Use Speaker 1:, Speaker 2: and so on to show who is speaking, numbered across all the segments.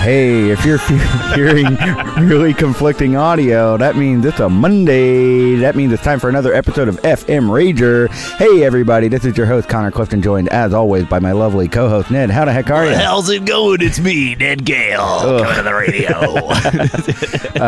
Speaker 1: Hey, if you're fe- hearing really conflicting audio, that means it's a Monday. That means it's time for another episode of FM Rager. Hey, everybody, this is your host, Connor Clifton, joined as always by my lovely co host, Ned. How the heck are you?
Speaker 2: How's it going? It's me, Ned Gale, coming to the radio.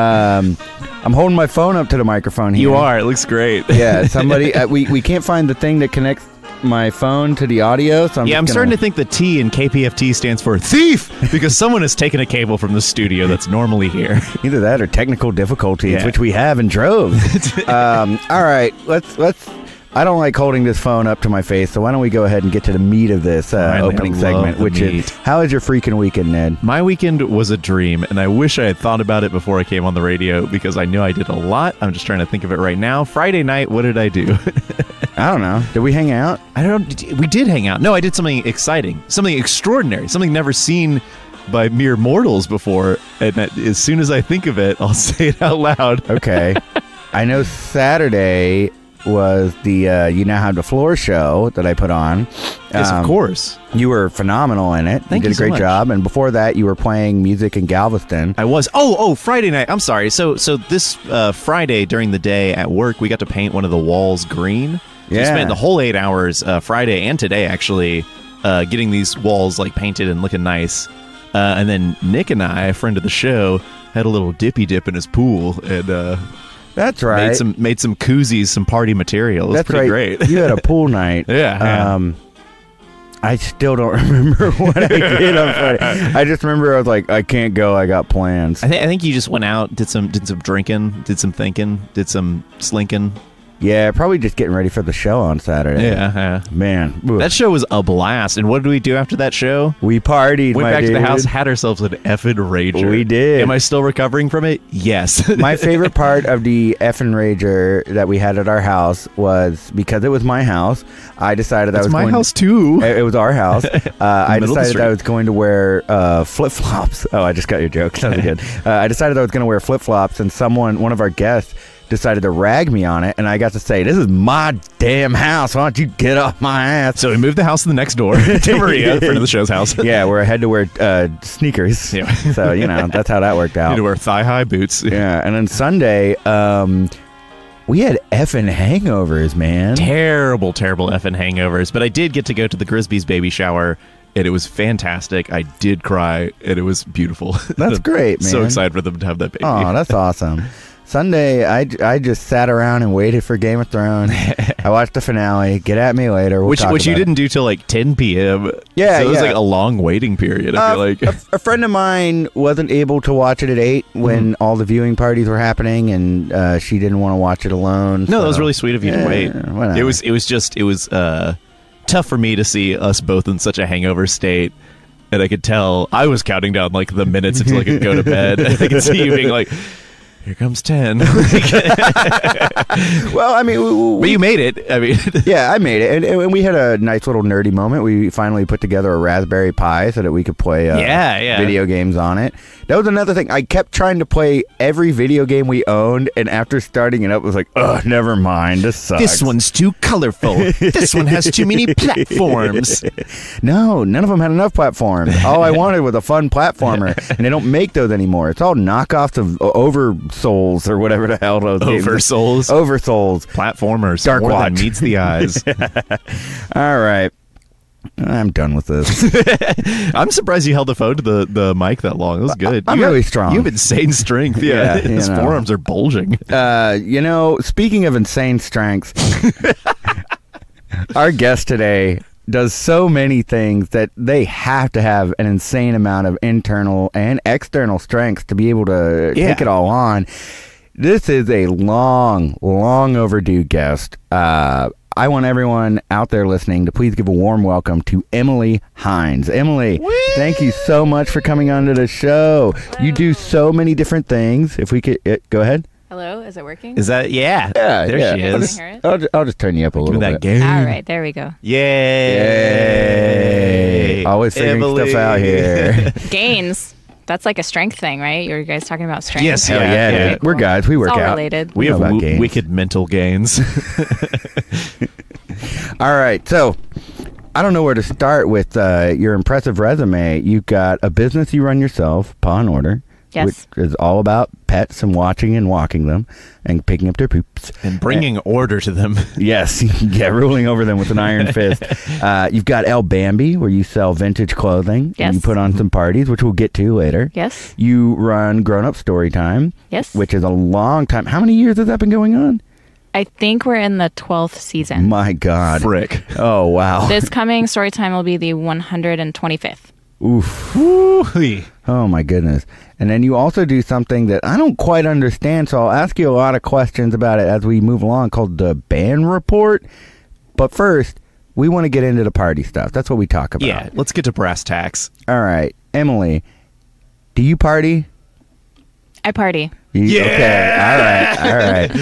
Speaker 1: I'm holding my phone up to the microphone here.
Speaker 2: you are. It looks great.
Speaker 1: Yeah, somebody, uh, we, we can't find the thing that connects my phone to the audio, so I'm
Speaker 2: Yeah,
Speaker 1: just
Speaker 2: I'm
Speaker 1: gonna-
Speaker 2: starting to think the T in KPFT stands for thief because someone has taken a cable from the studio that's normally here.
Speaker 1: Either that or technical difficulties,
Speaker 2: Yeah.
Speaker 1: which we have in droves. um, all right, let's let's. I don't like holding this phone up to my face, so why don't we go ahead and get to the meat of this uh,
Speaker 2: Finally, I
Speaker 1: opening
Speaker 2: love
Speaker 1: segment,
Speaker 2: the
Speaker 1: which is
Speaker 2: meat.
Speaker 1: how is your freaking weekend, Ned?
Speaker 2: My weekend was a dream, and I wish I had thought about it before I came on the radio because I knew I did a lot. I'm just trying to think of it right now. Friday night, what did I do?
Speaker 1: I don't know. Did we hang out?
Speaker 2: I don't. We did hang out. No, I did something exciting, something extraordinary, something never seen by mere mortals before. And that, as soon as I think of it, I'll say it out loud.
Speaker 1: Okay. I know Saturday was the uh, you now have the floor show that I put on.
Speaker 2: Yes,
Speaker 1: Um,
Speaker 2: of course.
Speaker 1: You were phenomenal in it.
Speaker 2: Thank
Speaker 1: you did
Speaker 2: you
Speaker 1: a
Speaker 2: so
Speaker 1: great
Speaker 2: much.
Speaker 1: job. And before that, you were playing music in Galveston.
Speaker 2: I was. Oh, oh, Friday night. I'm sorry. So, so this uh, Friday during the day at work, we got to paint one of the walls green. So We
Speaker 1: Yeah.
Speaker 2: spent the whole eight hours uh, Friday and today actually uh, getting these walls like painted and looking nice. Uh, and then Nick and I, a friend of the show, had a little dippy dip in his pool and uh,
Speaker 1: That's right.
Speaker 2: made some made some koozies, some party material. It was
Speaker 1: That's
Speaker 2: pretty
Speaker 1: right.
Speaker 2: great.
Speaker 1: you had a pool night.
Speaker 2: Yeah, yeah.
Speaker 1: Um, I still don't remember what I did on Friday. I just remember I was like, I can't go. I got plans.
Speaker 2: I, th- I think you just went out, did some did some drinking, did some thinking, did some slinking.
Speaker 1: Yeah, probably just getting ready for the show on Saturday.
Speaker 2: Yeah, yeah.
Speaker 1: Man, oof.
Speaker 2: That show was a blast. And what did we do after that show?
Speaker 1: we partied.
Speaker 2: Went
Speaker 1: my
Speaker 2: back to the
Speaker 1: dude.
Speaker 2: house, had ourselves an effing rager.
Speaker 1: We did.
Speaker 2: Am I still recovering from it? Yes.
Speaker 1: my favorite part of the effing rager that we had at our house was because it was my house. I decided I
Speaker 2: it's
Speaker 1: was
Speaker 2: my
Speaker 1: going
Speaker 2: house too.
Speaker 1: It, it was our house. Uh, I
Speaker 2: Middle of the
Speaker 1: decided
Speaker 2: street.
Speaker 1: I was going to wear uh, flip flops. Oh, I just got your joke. That was good. Uh, I decided I was going to wear flip flops, and someone, one of our guests, decided to rag me on it, and I got to say, "This is my damn house. Why don't you get off my ass?"
Speaker 2: So we moved the house to the next door to Maria, friend of the show's house.
Speaker 1: yeah, where I had to wear uh, sneakers.
Speaker 2: Yeah.
Speaker 1: so you know that's how that worked out.
Speaker 2: Need to wear thigh high boots.
Speaker 1: yeah, and then Sunday, um, we had effing hangovers, man.
Speaker 2: Terrible, terrible effing hangovers. But I did get to go to the Grisby's baby shower, and it was fantastic. I did cry, and it was beautiful.
Speaker 1: That's great, man.
Speaker 2: So excited for them to have that baby.
Speaker 1: Oh, that's awesome. Sunday, I, j- I just sat around and waited for Game of Thrones. I watched the finale. Get at me later. We'll
Speaker 2: which
Speaker 1: talk
Speaker 2: which you
Speaker 1: about it.
Speaker 2: didn't do till like 10 p.m.
Speaker 1: Yeah,
Speaker 2: so it was
Speaker 1: yeah.
Speaker 2: like a long waiting period. I
Speaker 1: Uh,
Speaker 2: feel like
Speaker 1: a, f- a friend of mine wasn't able to watch it at eight when
Speaker 2: Mm-hmm.
Speaker 1: all the viewing parties were happening, and uh, she didn't want to watch it alone.
Speaker 2: No,
Speaker 1: so-
Speaker 2: that was really sweet of you
Speaker 1: Yeah,
Speaker 2: to wait.
Speaker 1: whatever.
Speaker 2: It was it was just it was uh, tough for me to see us both in such a hangover state. And I could tell I was counting down like the minutes until I could go to bed. And I could see you being like, "Here comes 10.
Speaker 1: well. I mean, we, we-
Speaker 2: but you made it. I mean,
Speaker 1: yeah, I made it, and, and we had a nice little nerdy moment. We finally put together a Raspberry Pi so that we could play uh,
Speaker 2: Yeah, yeah.
Speaker 1: video games on it. That was another thing. I kept trying to play every video game we owned, and after starting it up, it was like, ugh, never mind. This sucks.
Speaker 2: one's too colorful. This one has too many platforms.
Speaker 1: No, none of them had enough platforms. All I wanted was a fun platformer, and they don't make those anymore. It's all knockoffs of Over Souls or whatever the hell those games-
Speaker 2: Oversouls.
Speaker 1: Over Souls.
Speaker 2: Platformers.
Speaker 1: Dark
Speaker 2: more than
Speaker 1: Watch.
Speaker 2: meets the eyes.
Speaker 1: All right. I'm done with this.
Speaker 2: I'm surprised you held the phone to the, the mic that long. It was good.
Speaker 1: I'm
Speaker 2: You
Speaker 1: really
Speaker 2: have-
Speaker 1: strong.
Speaker 2: You have insane strength. Yeah.
Speaker 1: Yeah, you
Speaker 2: His
Speaker 1: know.
Speaker 2: forearms are bulging.
Speaker 1: Uh, you know, speaking of insane strengths, our guest today does so many things that they have to have an insane amount of internal and external strengths to be able to
Speaker 2: Yeah.
Speaker 1: take it all on. This is a long, long overdue guest. Uh, I want everyone out there listening to please give a warm welcome to Emily Hines. Emily, thank you so much for coming onto the show. You do so many different things. If we could, uh, go ahead.
Speaker 3: Hello, is it working?
Speaker 2: Is that yeah?
Speaker 1: Yeah,
Speaker 2: there
Speaker 1: yeah.
Speaker 2: she
Speaker 3: Can I
Speaker 2: is.
Speaker 3: hear it?
Speaker 1: I'll, ju- I'll just turn you up a
Speaker 2: Give me
Speaker 1: little
Speaker 2: that
Speaker 1: bit.
Speaker 2: game.
Speaker 3: All right, there we go.
Speaker 2: Yay!
Speaker 1: Yay. Always figuring stuff out here.
Speaker 3: Gains. That's like a strength thing, right? You guys talking about strength?
Speaker 2: Yes,
Speaker 1: Hell yeah,
Speaker 2: Yeah,
Speaker 1: dude.
Speaker 2: yeah.
Speaker 1: We're guys. We work
Speaker 3: all
Speaker 1: out.
Speaker 3: related.
Speaker 2: we
Speaker 1: know
Speaker 2: have
Speaker 1: about
Speaker 2: w-
Speaker 1: games.
Speaker 2: wicked mental gains.
Speaker 1: All right. So, I don't know where to start with uh, your impressive resume. You've got a business you run yourself, Paw and Order,
Speaker 3: Yes.
Speaker 1: which is all about pets and watching and walking them and picking up their poops.
Speaker 2: and bringing order to them.
Speaker 1: Yes, yeah, ruling over them with an iron fist. Uh, you've got El Bambi, where you sell vintage clothing and
Speaker 3: Yes.
Speaker 1: you put on some parties, which we'll get to later.
Speaker 3: Yes.
Speaker 1: You run Grown Up Story Time,
Speaker 3: Yes.
Speaker 1: which is a long time. How many years has that been going on?
Speaker 3: I think we're in the 12th season.
Speaker 1: My God.
Speaker 2: Frick.
Speaker 1: Oh, wow.
Speaker 3: this coming story time will be the 125th.
Speaker 1: Oof.
Speaker 2: Woo-wee.
Speaker 1: Oh my goodness. And then you also do something that I don't quite understand, so I'll ask you a lot of questions about it as we move along called the ban report. But first, we want to get into the party stuff. That's what we talk about.
Speaker 2: Yeah, let's get to brass tacks.
Speaker 1: All right. Emily, do you party?
Speaker 3: I party.
Speaker 1: You,
Speaker 2: Yeah.
Speaker 1: Okay. All right. All right.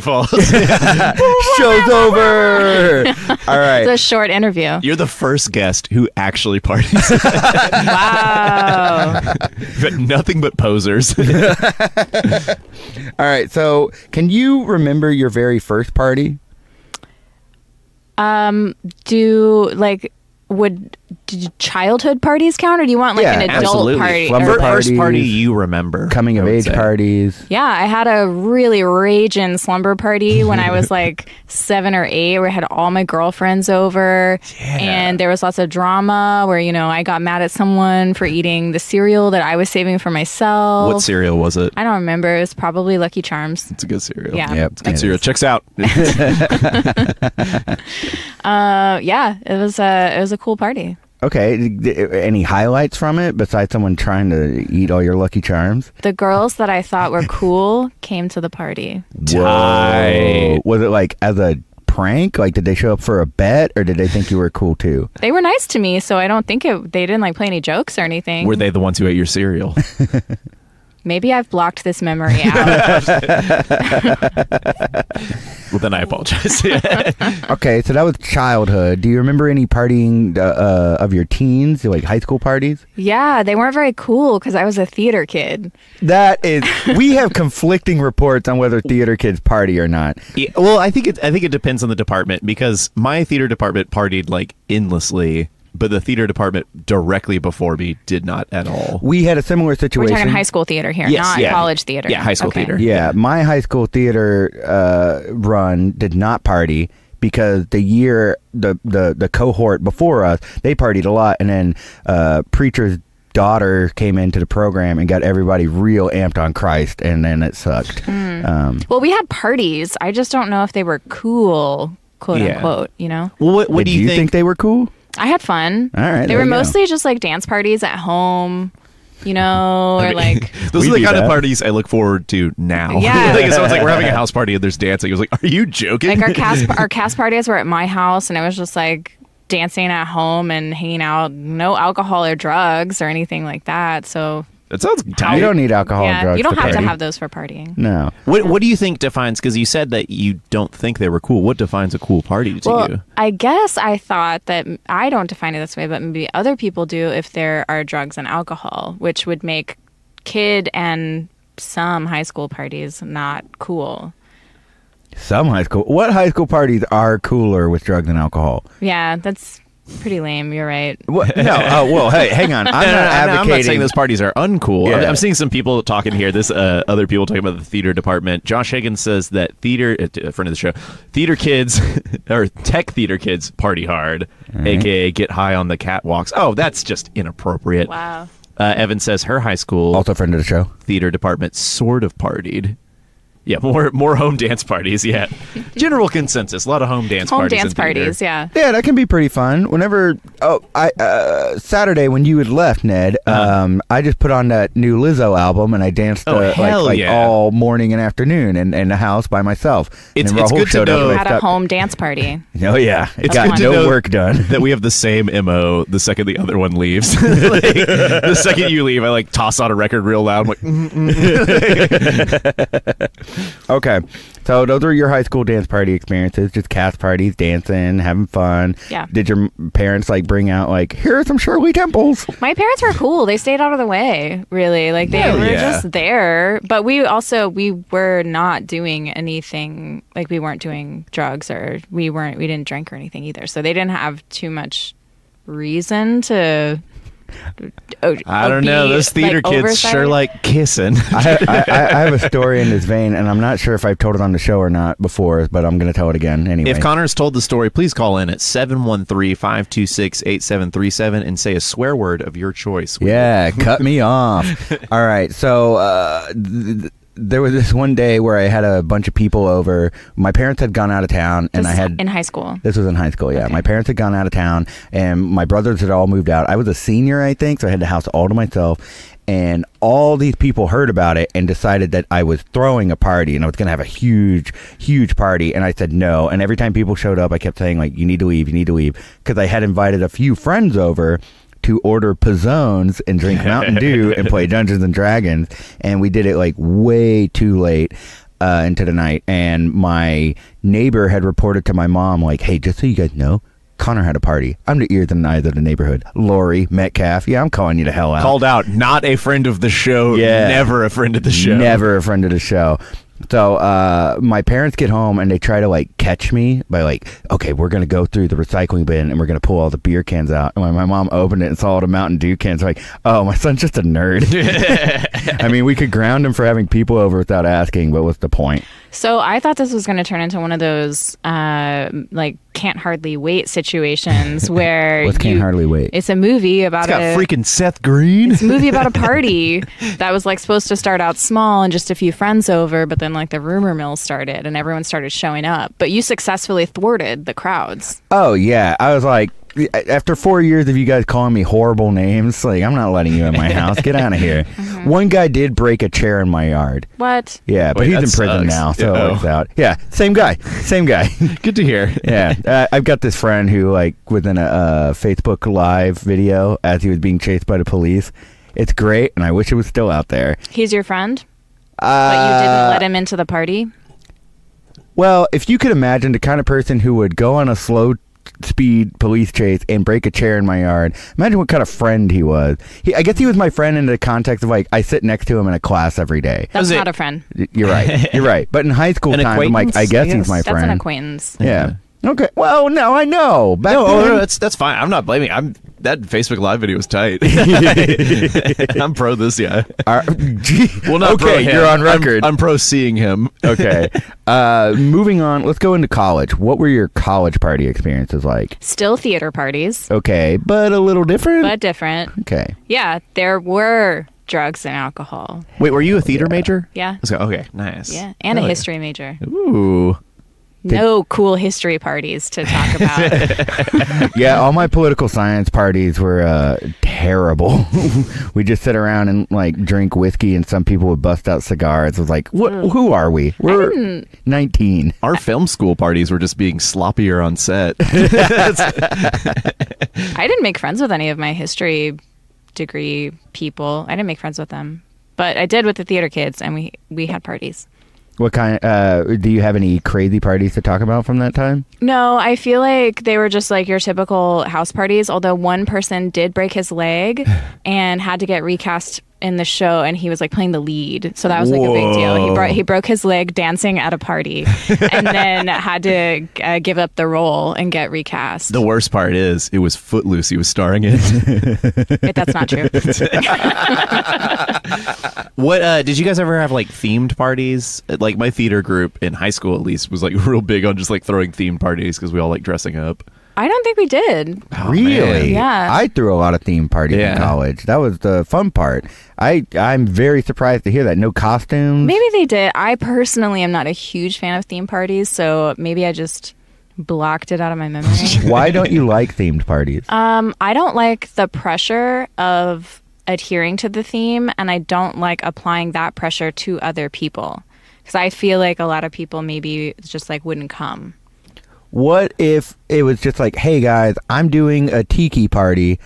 Speaker 2: falls.
Speaker 1: Show's over. All
Speaker 3: It's a
Speaker 1: right.
Speaker 3: short interview.
Speaker 2: You're the first guest who actually parties,
Speaker 3: Wow.
Speaker 2: but nothing but posers.
Speaker 1: All right. So, can you remember your very first party?
Speaker 3: um, do like would do childhood parties count, or do you want like
Speaker 1: Yeah,
Speaker 3: an adult
Speaker 2: Absolutely.
Speaker 3: party?
Speaker 1: Slumber
Speaker 3: or-
Speaker 2: Fir- First
Speaker 1: parties,
Speaker 2: party you remember.
Speaker 1: Coming
Speaker 2: I
Speaker 1: of
Speaker 2: would
Speaker 1: age
Speaker 2: say.
Speaker 1: parties?
Speaker 3: Yeah, I had a really raging slumber party when I was like seven or eight, where I had all my girlfriends over, and there was lots of drama. Where you know I got mad at someone for eating the cereal that I was saving for myself.
Speaker 2: What cereal was it?
Speaker 3: I don't remember. It was probably Lucky Charms.
Speaker 2: It's a good cereal.
Speaker 3: Yeah.
Speaker 1: Yep.
Speaker 2: It's a good cereal. Checks out.
Speaker 3: Uh, yeah, it was a it was a cool party.
Speaker 1: Okay. d- Any highlights from it besides someone trying to eat all your Lucky Charms?
Speaker 3: The girls that I thought were cool came to the party.
Speaker 2: Tight.
Speaker 1: Whoa. Was it like as a prank? Like, did they show up for a bet or did they think you were cool too?
Speaker 3: They were nice to me, so I don't think it, they didn't like play any jokes or anything.
Speaker 2: Were they the ones who ate your cereal?
Speaker 3: Maybe I've blocked this memory out.
Speaker 2: well, then I apologize.
Speaker 1: Okay. So that was childhood. Do you remember any partying uh, uh, of your teens, like high school parties?
Speaker 3: yeah, they weren't very cool because I was a theater kid.
Speaker 1: That is, we have conflicting reports on whether theater kids party or not.
Speaker 2: Yeah, well, I think it. I think it depends on the department because my theater department partied like endlessly, but the theater department directly before me did not at all.
Speaker 1: We had a similar
Speaker 3: We're
Speaker 1: situation.
Speaker 3: talking high school theater here,
Speaker 2: Yes,
Speaker 3: not
Speaker 2: yeah.
Speaker 3: college theater.
Speaker 2: Yeah, high school
Speaker 3: Okay.
Speaker 2: theater.
Speaker 1: Yeah, my high school theater uh, run did not party because the year the, the the cohort before us they partied a lot, and then uh, preacher's daughter came into the program and got everybody real amped on Christ, and then it sucked.
Speaker 3: Hmm.
Speaker 1: Um,
Speaker 3: Well, we had parties. I just don't know if they were cool, quote
Speaker 2: Yeah.
Speaker 3: unquote. You know,
Speaker 2: Well, what, what
Speaker 1: did
Speaker 2: do you, think?
Speaker 1: they were cool?
Speaker 3: I had fun.
Speaker 1: All right,
Speaker 3: they
Speaker 1: there
Speaker 3: were
Speaker 1: you go.
Speaker 3: mostly just like dance parties at home. You know, or like
Speaker 2: Those
Speaker 1: We
Speaker 2: are the
Speaker 1: do
Speaker 2: kind
Speaker 1: that.
Speaker 2: of parties I look forward to now.
Speaker 3: Yeah.
Speaker 2: like, it sounds like we're having a house party and there's dancing. I was like, are you joking?
Speaker 3: like our cast our cast parties were at my house and it was just like dancing at home and hanging out no alcohol or drugs or anything like that so
Speaker 2: that sounds
Speaker 1: you
Speaker 2: tight.
Speaker 1: don't need alcohol and
Speaker 3: yeah
Speaker 1: drugs.
Speaker 3: you don't
Speaker 1: to
Speaker 3: have to
Speaker 1: party.
Speaker 3: have those for partying
Speaker 1: no.
Speaker 2: What What do you think defines? Because you said that you don't think they were cool. What defines a cool party to
Speaker 3: well
Speaker 2: you?
Speaker 3: i guess i thought that i don't define it this way but maybe other people do if there are drugs and alcohol which would make kid and some high school parties not cool
Speaker 1: Some high school. What high school parties are cooler with drugs and alcohol?
Speaker 3: yeah that's pretty lame you're right
Speaker 1: What? No. Oh, well, hey, hang on. I'm not
Speaker 2: No, no, no, no,
Speaker 1: advocating.
Speaker 2: I'm not saying those parties are uncool. I'm,
Speaker 1: Yeah.
Speaker 2: I'm seeing some people talking here. This uh, other people talking about the theater department. Josh Higgins says that theater, uh, friend of the show, theater kids or tech theater kids party hard, aka get high on the catwalks. Oh, that's just inappropriate.
Speaker 3: wow
Speaker 2: Uh, Evan says her high school
Speaker 1: also, friend of the show.
Speaker 2: theater department sort of partied. Yeah, more more home dance parties. Yeah, general consensus. A lot of home dance
Speaker 3: home
Speaker 2: parties.
Speaker 3: dance parties yeah
Speaker 1: Yeah, that can be pretty fun. Whenever oh, I uh, Saturday when you had left, Ned, um, I just put on that new Lizzo album and I danced
Speaker 2: Uh-huh. Oh,
Speaker 1: uh, like,
Speaker 2: hell
Speaker 1: like
Speaker 2: yeah.
Speaker 1: all morning and afternoon in, in the house by myself.
Speaker 2: It's-
Speaker 1: and
Speaker 2: it's
Speaker 1: Rahul
Speaker 2: good to
Speaker 1: showed up
Speaker 2: know-
Speaker 1: and I
Speaker 3: had a
Speaker 1: stopped-
Speaker 3: home dance party
Speaker 1: Oh yeah, it
Speaker 2: It's
Speaker 1: got
Speaker 3: good to
Speaker 1: no
Speaker 2: know-
Speaker 1: work done.
Speaker 2: that we have the same mo the second the other one leaves Like,
Speaker 3: Mm-hmm.
Speaker 2: the second you leave i like toss out a record real loud I'm like mm, mm.
Speaker 1: Okay. So those are your high school dance party experiences, just cast parties, dancing, having fun.
Speaker 3: Yeah.
Speaker 1: Did your m- parents like bring out like here are some Shirley Temples?
Speaker 3: My parents were cool. They stayed out of the way, really. Like they
Speaker 2: Hell
Speaker 3: were
Speaker 2: yeah.
Speaker 3: just there. But we also we were not doing anything like we weren't doing drugs or we weren't we didn't drink or anything either. So they didn't have too much reason to o-
Speaker 2: I don't know.
Speaker 3: be,
Speaker 2: Those theater
Speaker 3: like,
Speaker 2: kids
Speaker 3: oversight.
Speaker 2: sure like kissing.
Speaker 1: I, I, I I have a story in this vein, and I'm not sure if I've told it on the show or not before, but I'm gonna tell it again anyway.
Speaker 2: If Connor's told the story, please call in at 713-526-8737 and say a swear word of your choice.
Speaker 1: Yeah, cut me off. All right, so uh, th- th- there was this one day where I had a bunch of people over. My parents had gone out of town, and
Speaker 3: This
Speaker 1: I
Speaker 3: is
Speaker 1: had
Speaker 3: in high school.
Speaker 1: this was in high school. Yeah,
Speaker 3: Okay.
Speaker 1: my parents had gone out of town, and my brothers had all moved out. I was a senior, I think, so I had the house all to myself. And all these people heard about it and decided that I was throwing a party and I was going to have a huge, huge party. And I said no. And every time people showed up, I kept saying like, "You need to leave. You need to leave," because I had invited a few friends over to order pizzones and drink Mountain Dew and play Dungeons and Dragons, and we did it like way too late uh, into the night. And my neighbor had reported to my mom like, "Hey, just so you guys know." Connor had a party. I'm the ears and eyes of the neighborhood. Lori, Metcalf. Yeah, I'm calling you the hell out.
Speaker 2: Called out, not a friend of the show,
Speaker 1: Yeah.
Speaker 2: never a friend of the show.
Speaker 1: Never a friend of the show. So uh, my parents get home and they try to like catch me by like, okay, we're gonna go through the recycling bin and we're gonna pull all the beer cans out. And when my mom opened it and saw all the Mountain Dew cans, like, oh, my son's just a nerd. I mean, we could ground him for having people over without asking, but what's the point?
Speaker 3: So I thought this was going to turn into one of those uh, like can't hardly wait situations where
Speaker 1: What can't
Speaker 3: you-
Speaker 1: hardly wait?
Speaker 3: It's a movie about
Speaker 2: It's got
Speaker 3: a
Speaker 2: freaking Seth Green.
Speaker 3: It's a movie about a party that was like supposed to start out small and just a few friends over, but then like the rumor mill started and everyone started showing up. But you successfully thwarted the crowds.
Speaker 1: Oh yeah, I was like, after four years of you guys calling me horrible names, like I'm not letting you in my house. Get out of here. One guy did break a chair in my yard.
Speaker 3: What?
Speaker 1: Yeah, but
Speaker 2: Wait,
Speaker 1: he's
Speaker 2: that
Speaker 1: in prison
Speaker 2: sucks.
Speaker 1: now, so it
Speaker 2: Uh-oh.
Speaker 1: works out. Yeah, same guy, same guy.
Speaker 2: Good to hear.
Speaker 1: yeah, uh, I've got this friend who, like, within a uh, Facebook Live video, as he was being chased by the police, it's great, and I wish it was still out there.
Speaker 3: He's your friend, but you
Speaker 1: Uh,
Speaker 3: didn't let him into the party.
Speaker 1: well, if you could imagine the kind of person who would go on a slow speed police chase and break a chair in my yard, imagine what kind of friend he was. He, I guess he was my friend in the context of like I sit next to him in a class every day.
Speaker 3: That's
Speaker 2: was it-
Speaker 3: not a friend.
Speaker 1: Y- You're right. You're right. But in high school
Speaker 2: An
Speaker 1: times, I'm like, I
Speaker 2: acquaintance,
Speaker 1: guess
Speaker 2: I
Speaker 1: he's
Speaker 2: guess.
Speaker 1: my
Speaker 3: That's
Speaker 1: friend.
Speaker 3: an acquaintance.
Speaker 1: Yeah. Okay. Well, no, I know. Back
Speaker 2: No, oh,
Speaker 1: then-
Speaker 2: no, that's that's fine. I'm not blaming. I'm that Facebook Live video was tight. I'm pro this guy.
Speaker 1: Are- gee.
Speaker 2: Well, not pro
Speaker 1: okay.
Speaker 2: him.
Speaker 1: You're on
Speaker 2: I'm-
Speaker 1: record.
Speaker 2: I'm, pro seeing him.
Speaker 1: okay. Uh, moving on. Let's go into college. What were your college party experiences like?
Speaker 3: Still theater parties,
Speaker 1: Okay, but a little different.
Speaker 3: but different.
Speaker 1: okay.
Speaker 3: Yeah, there were drugs and alcohol.
Speaker 2: Wait, were you a theater major?
Speaker 3: Yeah.
Speaker 2: Let's go. Okay, nice.
Speaker 3: Yeah, and
Speaker 2: Hell
Speaker 3: a
Speaker 2: yeah.
Speaker 3: history major.
Speaker 2: Ooh.
Speaker 3: No cool history parties to talk about.
Speaker 1: Yeah, all my political science parties were uh, terrible. we just sit around and like drink whiskey, and some people would bust out cigars. It was like, what? Who are we? We're nineteen.
Speaker 2: Our film school parties were just being sloppier on set.
Speaker 3: I didn't make friends with any of my history degree people. I didn't make friends with them, but I did with the theater kids, and we we had parties.
Speaker 1: What kind? Uh, do you have any crazy parties to talk about from that time?
Speaker 3: No, I feel like they were just like your typical house parties. Although one person did break his leg and had to get recast in the show, and he was like playing the lead, so that was like a big deal. He
Speaker 2: Whoa.
Speaker 3: brought he broke his leg dancing at a party, and then had to uh, give up the role and get recast.
Speaker 2: the worst part is it was Footloose he was starring in.
Speaker 3: If that's not true.
Speaker 2: What uh, did you guys ever have like themed parties? Like my theater group in high school, at least, was like real big on just like throwing themed parties because we all like dressing up.
Speaker 3: I don't think we did.
Speaker 2: Oh,
Speaker 1: really?
Speaker 2: man.
Speaker 3: Yeah.
Speaker 1: I threw a lot of theme parties
Speaker 2: Yeah.
Speaker 1: in college. That was the fun part. I I'm very surprised to hear that no costumes.
Speaker 3: Maybe they did. I personally am not a huge fan of theme parties, so maybe I just blocked it out of my memory.
Speaker 1: Why don't you like themed parties?
Speaker 3: um, I don't like the pressure of adhering to the theme, and I don't like applying that pressure to other people because I feel like a lot of people maybe just like wouldn't come.
Speaker 1: What if it was just like, hey guys, I'm doing a tiki party,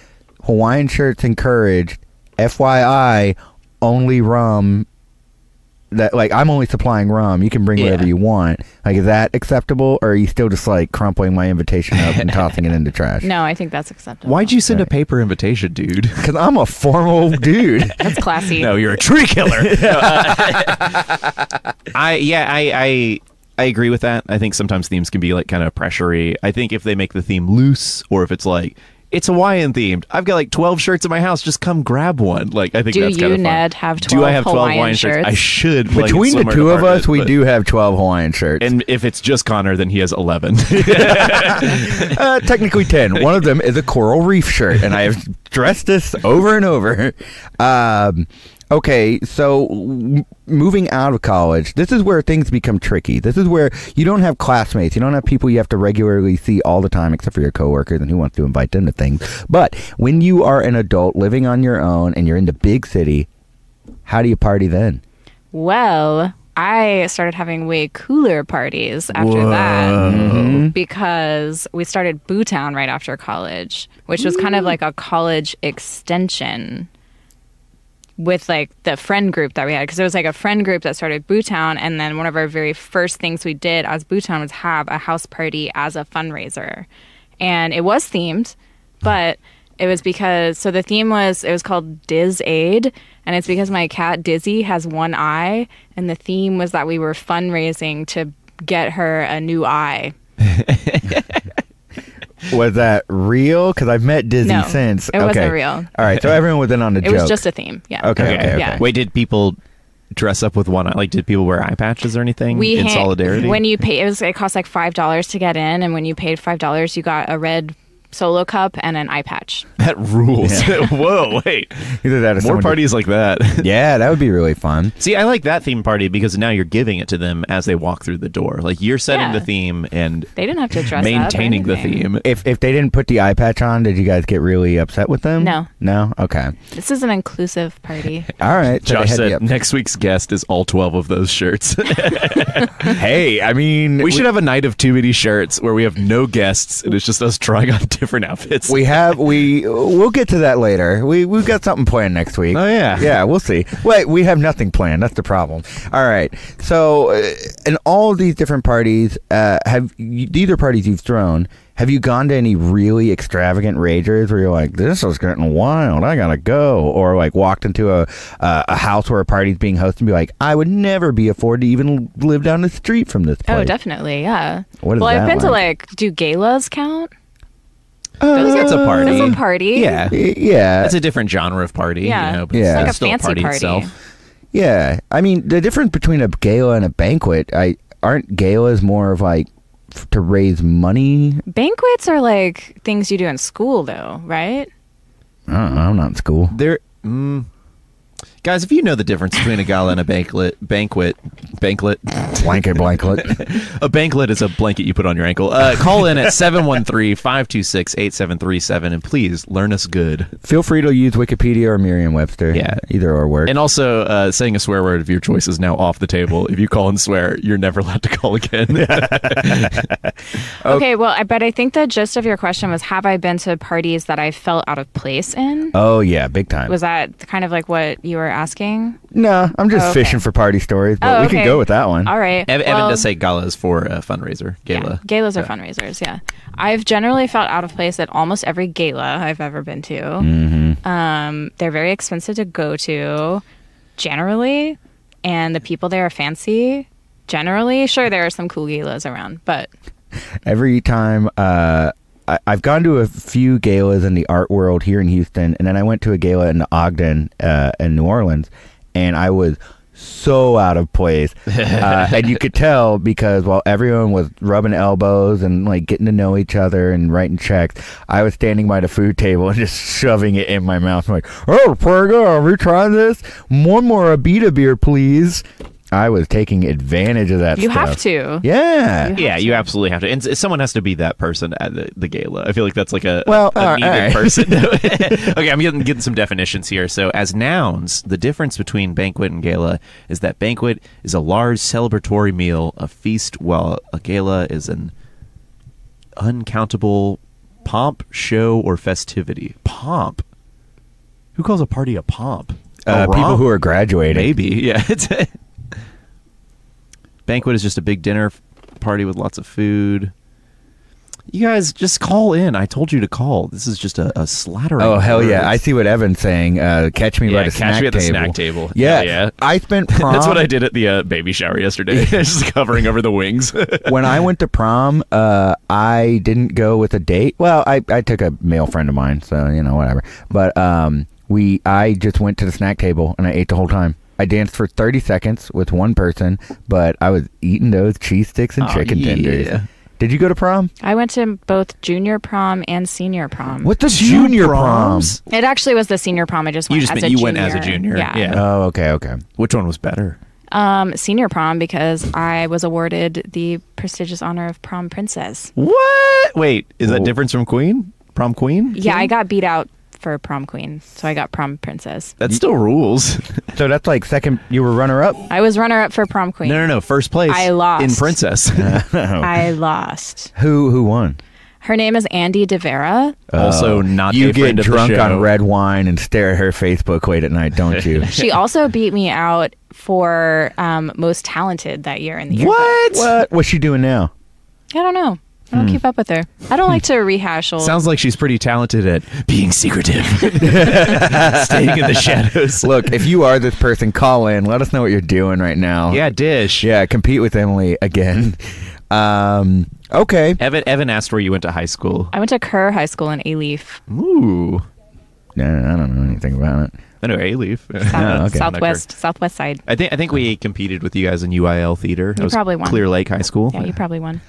Speaker 1: Hawaiian shirts encouraged, FYI, only rum that like I'm only supplying rum. You can bring whatever
Speaker 2: Yeah.
Speaker 1: you want. Like, is that acceptable, or are you still just like crumpling my invitation up and tossing it into trash?
Speaker 3: No, I think that's acceptable.
Speaker 2: Why'd you send a
Speaker 1: Right.
Speaker 2: paper invitation, dude?
Speaker 1: because I'm a formal dude.
Speaker 3: That's classy.
Speaker 2: No, you're a tree killer. No, uh, I yeah, I, I I agree with that. I think sometimes themes can be like kind of pressury. I think if they make the theme loose, or if it's like it's Hawaiian themed, I've got like twelve shirts in my house. Just come grab one. Like I think
Speaker 3: Do
Speaker 2: that's kind
Speaker 3: you,
Speaker 2: of fun.
Speaker 3: Ned, have
Speaker 2: do I
Speaker 3: 12
Speaker 2: have twelve
Speaker 3: Hawaiian shirts?
Speaker 2: I should. like, it's
Speaker 1: Between the
Speaker 2: somewhere
Speaker 1: two of
Speaker 2: department,
Speaker 1: us, we
Speaker 2: but-
Speaker 1: do have 12 Hawaiian shirts.
Speaker 2: And if it's just Connor, then he has eleven.
Speaker 1: uh, technically 10. One of them is a coral reef shirt, and I have dressed this over and over. Um, okay, so m- moving out of college, this is where things become tricky. This is where you don't have classmates, you don't have people you have to regularly see all the time, except for your coworkers and who wants to invite them to things. But when you are an adult living on your own and you're in the big city, how do you party then?
Speaker 3: Well, I started having way cooler parties after that because we started Boo Town right after college, which was kind of like a college extension with like the friend group that we had because it was like a friend group that started Boo Town and then one of our very first things we did as Boo Town was have a house party as a fundraiser. And it was themed, but it was because so the theme was it was called Diz Aid and it's because my cat Dizzy has one eye and the theme was that we were fundraising to get her a new eye.
Speaker 1: Was that real? Because I've met Dizzy
Speaker 3: No,
Speaker 1: since.
Speaker 3: it wasn't real.
Speaker 1: All right, so everyone was in on the
Speaker 3: It
Speaker 1: joke.
Speaker 3: was just a theme. Yeah.
Speaker 1: Okay, okay, okay.
Speaker 3: Yeah.
Speaker 2: Wait, did people dress up with one eye? Like, did people wear eye patches or anything
Speaker 3: we
Speaker 2: in
Speaker 3: ha-
Speaker 2: solidarity?
Speaker 3: When you pay, it was it cost like five dollars to get in, and when you paid five dollars, you got a red solo cup and an eye patch.
Speaker 2: that rules. Whoa, wait.
Speaker 1: Either that or
Speaker 2: More
Speaker 1: someone just-
Speaker 2: parties like that.
Speaker 1: Yeah, that would be really fun.
Speaker 2: See, I like that theme party because now you're giving it to them as they walk through the door. Like you're setting
Speaker 3: Yeah.
Speaker 2: the theme and
Speaker 3: They didn't have to dress up or
Speaker 2: maintaining the
Speaker 3: anything.
Speaker 2: theme.
Speaker 1: If if they didn't put the eye patch on, did you guys get really upset with them?
Speaker 3: No.
Speaker 1: No? Okay.
Speaker 3: This is an inclusive party.
Speaker 1: All right. so they
Speaker 2: Josh
Speaker 1: had
Speaker 2: said
Speaker 1: the up-
Speaker 2: next week's guest is all 12 of those shirts.
Speaker 1: Hey, I mean
Speaker 2: we should have a night of too many shirts where we have no guests and it's just us trying on different outfits.
Speaker 1: we have we we'll get to that later. We we've got something planned next week.
Speaker 2: Oh, yeah.
Speaker 1: yeah. We'll see. Wait, we have nothing planned. That's the problem. All right. So, uh, in all of these different parties, uh, have you, these are parties you've thrown? Have you gone to any really extravagant ragers where you're like, this is getting wild. I gotta go, or like walked into a uh, a house where a party's being hosted and be like, I would never be afforded to even live down the street from this place.
Speaker 3: Oh, definitely, yeah.
Speaker 1: What is
Speaker 3: well, I've
Speaker 1: that
Speaker 3: been to
Speaker 1: like?
Speaker 3: like, do galas count?
Speaker 2: Uh, that's a party.
Speaker 3: That's a party.
Speaker 2: Yeah.
Speaker 1: Y- Yeah,
Speaker 2: That's a different genre of party.
Speaker 3: Yeah.
Speaker 2: You know, but
Speaker 1: Yeah. It's like
Speaker 3: a
Speaker 2: still
Speaker 3: fancy
Speaker 2: party,
Speaker 3: party.
Speaker 2: itself.
Speaker 1: Yeah, I mean the difference between a gala and a banquet. I aren't galas more of like f- to raise money.
Speaker 3: Banquets are like things you do in school, though, right?
Speaker 1: I don't know, I'm not in school.
Speaker 2: There, mm, guys, if you know the difference between a gala and a banquet, banquet, banquet,
Speaker 1: Blanket, blanket.
Speaker 2: A banklet is a blanket you put on your ankle. Uh, call in at 713-526-8737 and please learn us good.
Speaker 1: Feel free to use Wikipedia or Merriam-Webster.
Speaker 2: Yeah.
Speaker 1: either or work.
Speaker 2: And also, uh, saying a swear word of your choice is now off the table. If you call and swear, you're never allowed to call again. Oh.
Speaker 3: Okay, well, I but I think the gist of your question was: Have I been to parties that I felt out of place in?
Speaker 1: oh yeah, big time.
Speaker 3: Was that kind of like what you were asking?
Speaker 1: no, I'm just
Speaker 3: Oh, okay.
Speaker 1: fishing for party stories, but
Speaker 3: Oh,
Speaker 1: we can
Speaker 3: okay.
Speaker 1: go with that one.
Speaker 3: All right.
Speaker 2: Ev- Evan
Speaker 3: well-
Speaker 2: does say gala is for a fundraiser,
Speaker 3: Um, Yeah,
Speaker 2: gala.
Speaker 3: galas are fundraisers. Yeah, I've generally felt out of place at almost every gala I've ever been to.
Speaker 2: Mm-hmm.
Speaker 3: Um, they're very expensive to go to, generally, and the people there are fancy. Generally, sure, there are some cool galas around, but
Speaker 1: every time uh, I, I've gone to a few galas in the art world here in Houston, and then I went to a gala in Ogden uh, in New Orleans, and I was so out of place, uh, and you could tell because while everyone was rubbing elbows and like getting to know each other and writing checks, I was standing by the food table and just shoving it in my mouth. I'm like, "Oh, Praga, are we trying this? One more Abita beer, please." I was taking advantage of that.
Speaker 3: you
Speaker 1: stuff.
Speaker 3: have to.
Speaker 1: Yeah.
Speaker 2: Yeah, you absolutely have to. And s- someone has to be that person at the, the gala. I feel like that's like a,
Speaker 1: Well,
Speaker 2: a
Speaker 1: all
Speaker 2: needed
Speaker 1: right.
Speaker 2: person. okay, I'm getting, getting some definitions here. So, as nouns, the difference between banquet and gala is that banquet is a large celebratory meal, a feast, while a gala is an uncountable pomp, show, or festivity. Pomp? Who calls a party a pomp? A
Speaker 1: uh, people
Speaker 2: romp?
Speaker 1: who are graduating.
Speaker 2: Maybe, yeah. It's- Banquet is just a big dinner f- party with lots of food. You guys just call in. I told you to call. This is just a, a slattering.
Speaker 1: Oh
Speaker 2: of
Speaker 1: hell yeah! I
Speaker 2: words.
Speaker 1: see what Evan's saying. Uh, catch me by
Speaker 2: Yeah,
Speaker 1: the
Speaker 2: catch
Speaker 1: snack
Speaker 2: me at the
Speaker 1: table.
Speaker 2: snack table.
Speaker 1: Yeah,
Speaker 2: Hell yeah.
Speaker 1: I spent prom.
Speaker 2: That's what I did at the uh, baby shower yesterday. just covering over the wings.
Speaker 1: when I went to prom, uh, I didn't go with a date. Well, I, I took a male friend of mine, so you know whatever. But um, we I just went to the snack table and I ate the whole time. I danced for thirty seconds with one person, but I was eating those cheese sticks and
Speaker 2: Aw,
Speaker 1: chicken
Speaker 2: yeah.
Speaker 1: tenders. Did you go to prom?
Speaker 3: I went to both junior prom and senior prom.
Speaker 1: What the
Speaker 2: Two
Speaker 1: junior
Speaker 2: proms?
Speaker 1: prom?
Speaker 3: It actually was the senior prom. I just went
Speaker 2: You just
Speaker 3: as
Speaker 2: meant
Speaker 3: a
Speaker 2: you
Speaker 3: junior.
Speaker 2: went as a junior.
Speaker 3: Yeah.
Speaker 2: Yeah.
Speaker 1: Oh, okay, okay.
Speaker 2: Which one was better?
Speaker 3: Um, senior prom because I was awarded the prestigious honor of prom princess.
Speaker 2: What? Wait, is that
Speaker 1: Whoa.
Speaker 2: difference from Queen? Prom Queen?
Speaker 3: Yeah, I got beat out for prom queen, so I got prom princess.
Speaker 2: That still rules.
Speaker 1: So that's like second. You were runner up.
Speaker 3: I was runner up for prom queen.
Speaker 2: no, no, no. First place.
Speaker 3: I lost.
Speaker 2: in Princess.
Speaker 3: I lost.
Speaker 1: Who who won? Uh,
Speaker 3: Her name is Andy DeVera.
Speaker 2: also, not
Speaker 1: you
Speaker 2: a
Speaker 1: get
Speaker 2: friend of the
Speaker 1: drunk
Speaker 2: show.
Speaker 1: on red wine and stare at her Facebook late at night, don't you?
Speaker 3: She also beat me out for um, most talented that year in the year.
Speaker 2: What?
Speaker 1: what? What's she doing now?
Speaker 3: I don't know. I don't keep up with her. I don't like to rehash old.
Speaker 2: Hmm. Sounds like she's pretty talented at being secretive, staying in the shadows.
Speaker 1: Look, if you are this person, call in. Let us know what you're doing right now.
Speaker 2: yeah, dish.
Speaker 1: Yeah, compete with Emily again. Um, okay.
Speaker 2: Evan, Evan asked where you went to high school.
Speaker 3: I went to Kerr High School in A Leaf,
Speaker 2: Ooh.
Speaker 1: Yeah, I don't know anything about it.
Speaker 2: Anyway, leave.
Speaker 1: Oh, okay.
Speaker 3: uh, Southwest Southwest Side.
Speaker 2: I think I think we competed with you guys in UIL theater. That was
Speaker 3: probably won.
Speaker 2: Clear Lake High School.
Speaker 3: Yeah, you probably won.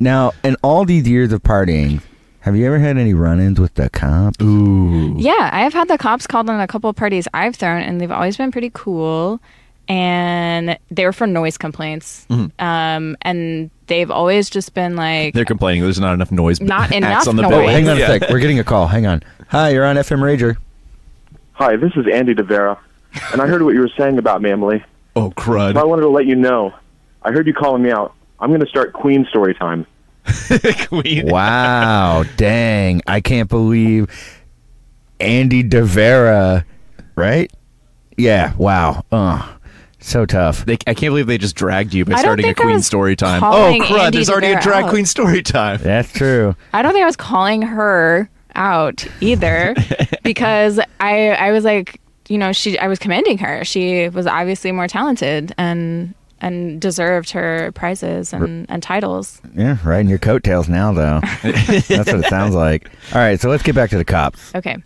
Speaker 1: Now, in all these years of partying, have you ever had any run ins with the cop?
Speaker 2: Ooh.
Speaker 3: Yeah, I have had the cops called on a couple of parties I've thrown, and they've always been pretty cool. And they were for noise complaints, um, and they've always just been like,
Speaker 2: They're complaining there's not enough noise.
Speaker 3: Not
Speaker 2: acts
Speaker 3: enough
Speaker 2: on the
Speaker 3: noise.
Speaker 1: Oh,
Speaker 2: bill.
Speaker 1: hang on
Speaker 2: Yeah.
Speaker 1: a sec. We're getting a call. Hang on. Hi, you're on FM Rager.
Speaker 4: Hi, this is Andy DeVera, and I heard what you were saying about me, Emily.
Speaker 2: Oh crud.
Speaker 4: I wanted to let you know. I heard you calling me out. I'm going to start Queen story time.
Speaker 2: Queen.
Speaker 1: Wow, dang. I can't believe Andy DeVera, right? Yeah, wow. Uh, so tough.
Speaker 2: They, I can't believe they just dragged you by
Speaker 3: I don't
Speaker 2: starting a
Speaker 3: think I
Speaker 2: Queen
Speaker 3: was
Speaker 2: story time. Oh
Speaker 3: calling
Speaker 2: crud!
Speaker 3: Andy
Speaker 2: there's already a
Speaker 3: DeVere
Speaker 2: drag
Speaker 3: out.
Speaker 2: queen story time.
Speaker 1: That's true.
Speaker 3: I don't think I was calling her out either because I I was like, you know, she I was commending her. She was obviously more talented and and deserved her prizes and, and titles.
Speaker 1: Yeah, riding your coattails now, though. That's what it sounds like. All right, so let's get back to the cops.
Speaker 3: Okay.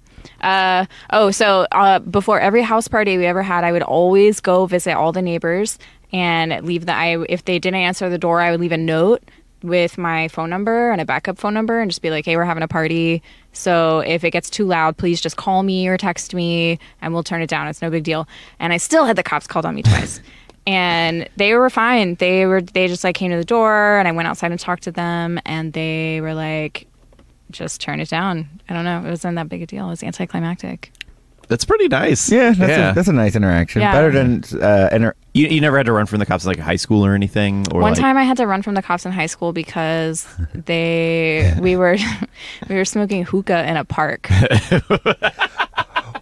Speaker 3: Uh, oh, so uh, before every house party we ever had, I would always go visit all the neighbors and leave the. I if they didn't answer the door, I would leave a note with my phone number and a backup phone number and just be like, "Hey, we're having a party. So if it gets too loud, please just call me or text me, and we'll turn it down. It's no big deal." And I still had the cops called on me twice. and they were fine. They were they just like came to the door and I went outside and talked to them and they were like just turn it down. I don't know. It wasn't that big a deal. It was anticlimactic.
Speaker 2: That's pretty nice.
Speaker 1: Yeah, that's,
Speaker 2: yeah.
Speaker 1: A, that's a nice interaction.
Speaker 3: Yeah.
Speaker 1: Better than uh, inter-
Speaker 2: you, you never had to run from the cops like high school or anything. Or
Speaker 3: One
Speaker 2: like,
Speaker 3: time I had to run from the cops in high school because they we were we were smoking hookah in a park.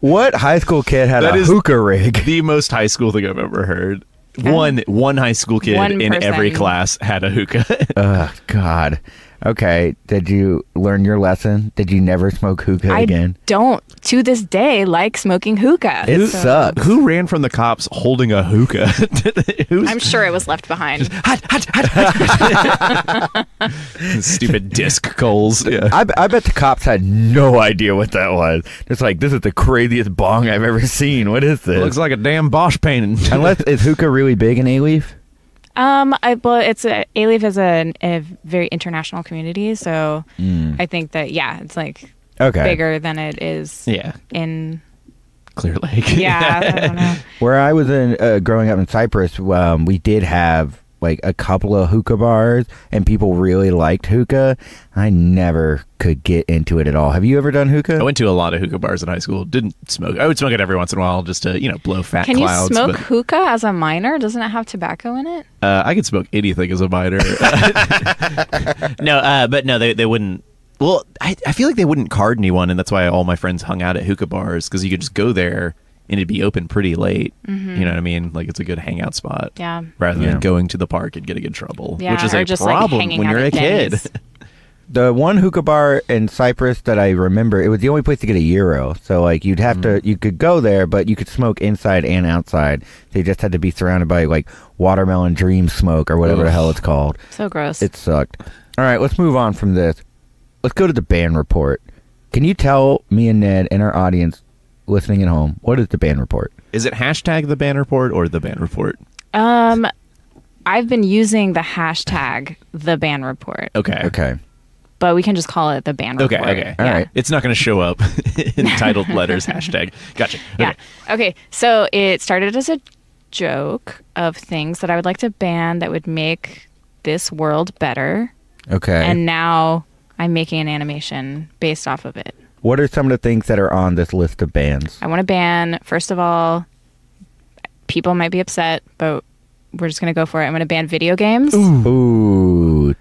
Speaker 1: what high school kid had
Speaker 2: That
Speaker 1: a
Speaker 2: is-
Speaker 1: hookah rig?
Speaker 2: the most high school thing I've ever heard. One one high school kid
Speaker 3: One
Speaker 2: in every
Speaker 3: person.
Speaker 2: class had a hookah.
Speaker 1: Ugh, God. Okay, did you learn your lesson? Did you never smoke hookah
Speaker 3: I
Speaker 1: again?
Speaker 3: don't to this day like smoking hookah.
Speaker 1: It
Speaker 3: So-
Speaker 1: sucks.
Speaker 2: Uh, Who ran from the cops holding a hookah? Who's
Speaker 3: I'm sure it was left behind.
Speaker 2: hot, hot, hot, hot. stupid disc goals? Yeah.
Speaker 1: I, I bet the cops had no idea what that was. It's like, this is the craziest bong I've ever seen. What is this?
Speaker 2: Looks like a damn Bosch painting.
Speaker 1: Unless, is hookah really big in A-Leaf?
Speaker 3: Um, I well, it's a A Leaf is a, a very international community, so I think that yeah, it's like
Speaker 1: Okay.
Speaker 3: bigger than it is
Speaker 2: yeah,
Speaker 3: in
Speaker 2: Clear Lake.
Speaker 3: yeah. I don't know.
Speaker 1: Where I was in uh, growing up in Cyprus, um, we did have like a couple of hookah bars, and people really liked hookah. I never could get into it at all. Have you ever done hookah?
Speaker 2: I went to a lot of hookah bars in high school. Didn't smoke. I would smoke it every once in a while just to, you know, blow fat
Speaker 3: Can
Speaker 2: clouds.
Speaker 3: you smoke hookah as a minor? Doesn't it have tobacco in it?
Speaker 2: but, uh, I could smoke anything as a minor. no, uh, but no, they, they wouldn't. Well, I, I feel like they wouldn't card anyone, and that's why all my friends hung out at hookah bars because you could just go there and it'd be open pretty late. You know what I mean? Like it's a good hangout spot.
Speaker 3: Mm-hmm. Yeah.
Speaker 2: Rather
Speaker 1: Yeah.
Speaker 2: than going to the park and getting in trouble,
Speaker 3: Yeah,
Speaker 2: which is
Speaker 3: or
Speaker 2: a
Speaker 3: just, like,
Speaker 2: problem
Speaker 3: hanging
Speaker 2: when
Speaker 3: out
Speaker 2: you're a
Speaker 3: at
Speaker 2: kid.
Speaker 3: Denny's.
Speaker 1: The one hookah bar in Cyprus that I remember, it was the only place to get a euro. So like you'd have to, you could go there, but you could smoke inside and outside. So you just had to be surrounded by like watermelon dream smoke or whatever the
Speaker 2: Ugh.
Speaker 1: hell it's called.
Speaker 3: So gross.
Speaker 1: It sucked. All right, let's move on from this. Let's go to the band report. Can you tell me and Ned and our audience listening at home what is the band report?
Speaker 2: Is it hashtag the ban report or the ban report?
Speaker 3: um, I've been using the hashtag the ban report,
Speaker 2: Okay.
Speaker 1: Okay.
Speaker 3: but we can just call it the ban
Speaker 2: Okay.
Speaker 3: report.
Speaker 2: Okay.
Speaker 1: All right.
Speaker 2: It's not going to show up in titled letters hashtag. Gotcha.
Speaker 3: Yeah.
Speaker 2: Okay.
Speaker 3: okay. So it started as a joke of things that I would like to ban that would make this world better,
Speaker 1: Okay.
Speaker 3: and now I'm making an animation based off of it.
Speaker 1: what are some of the things that are on this list of bands?
Speaker 3: I want to ban, first of all, people might be upset, but we're just going to go for it. I'm going to ban video games.
Speaker 1: Ooh.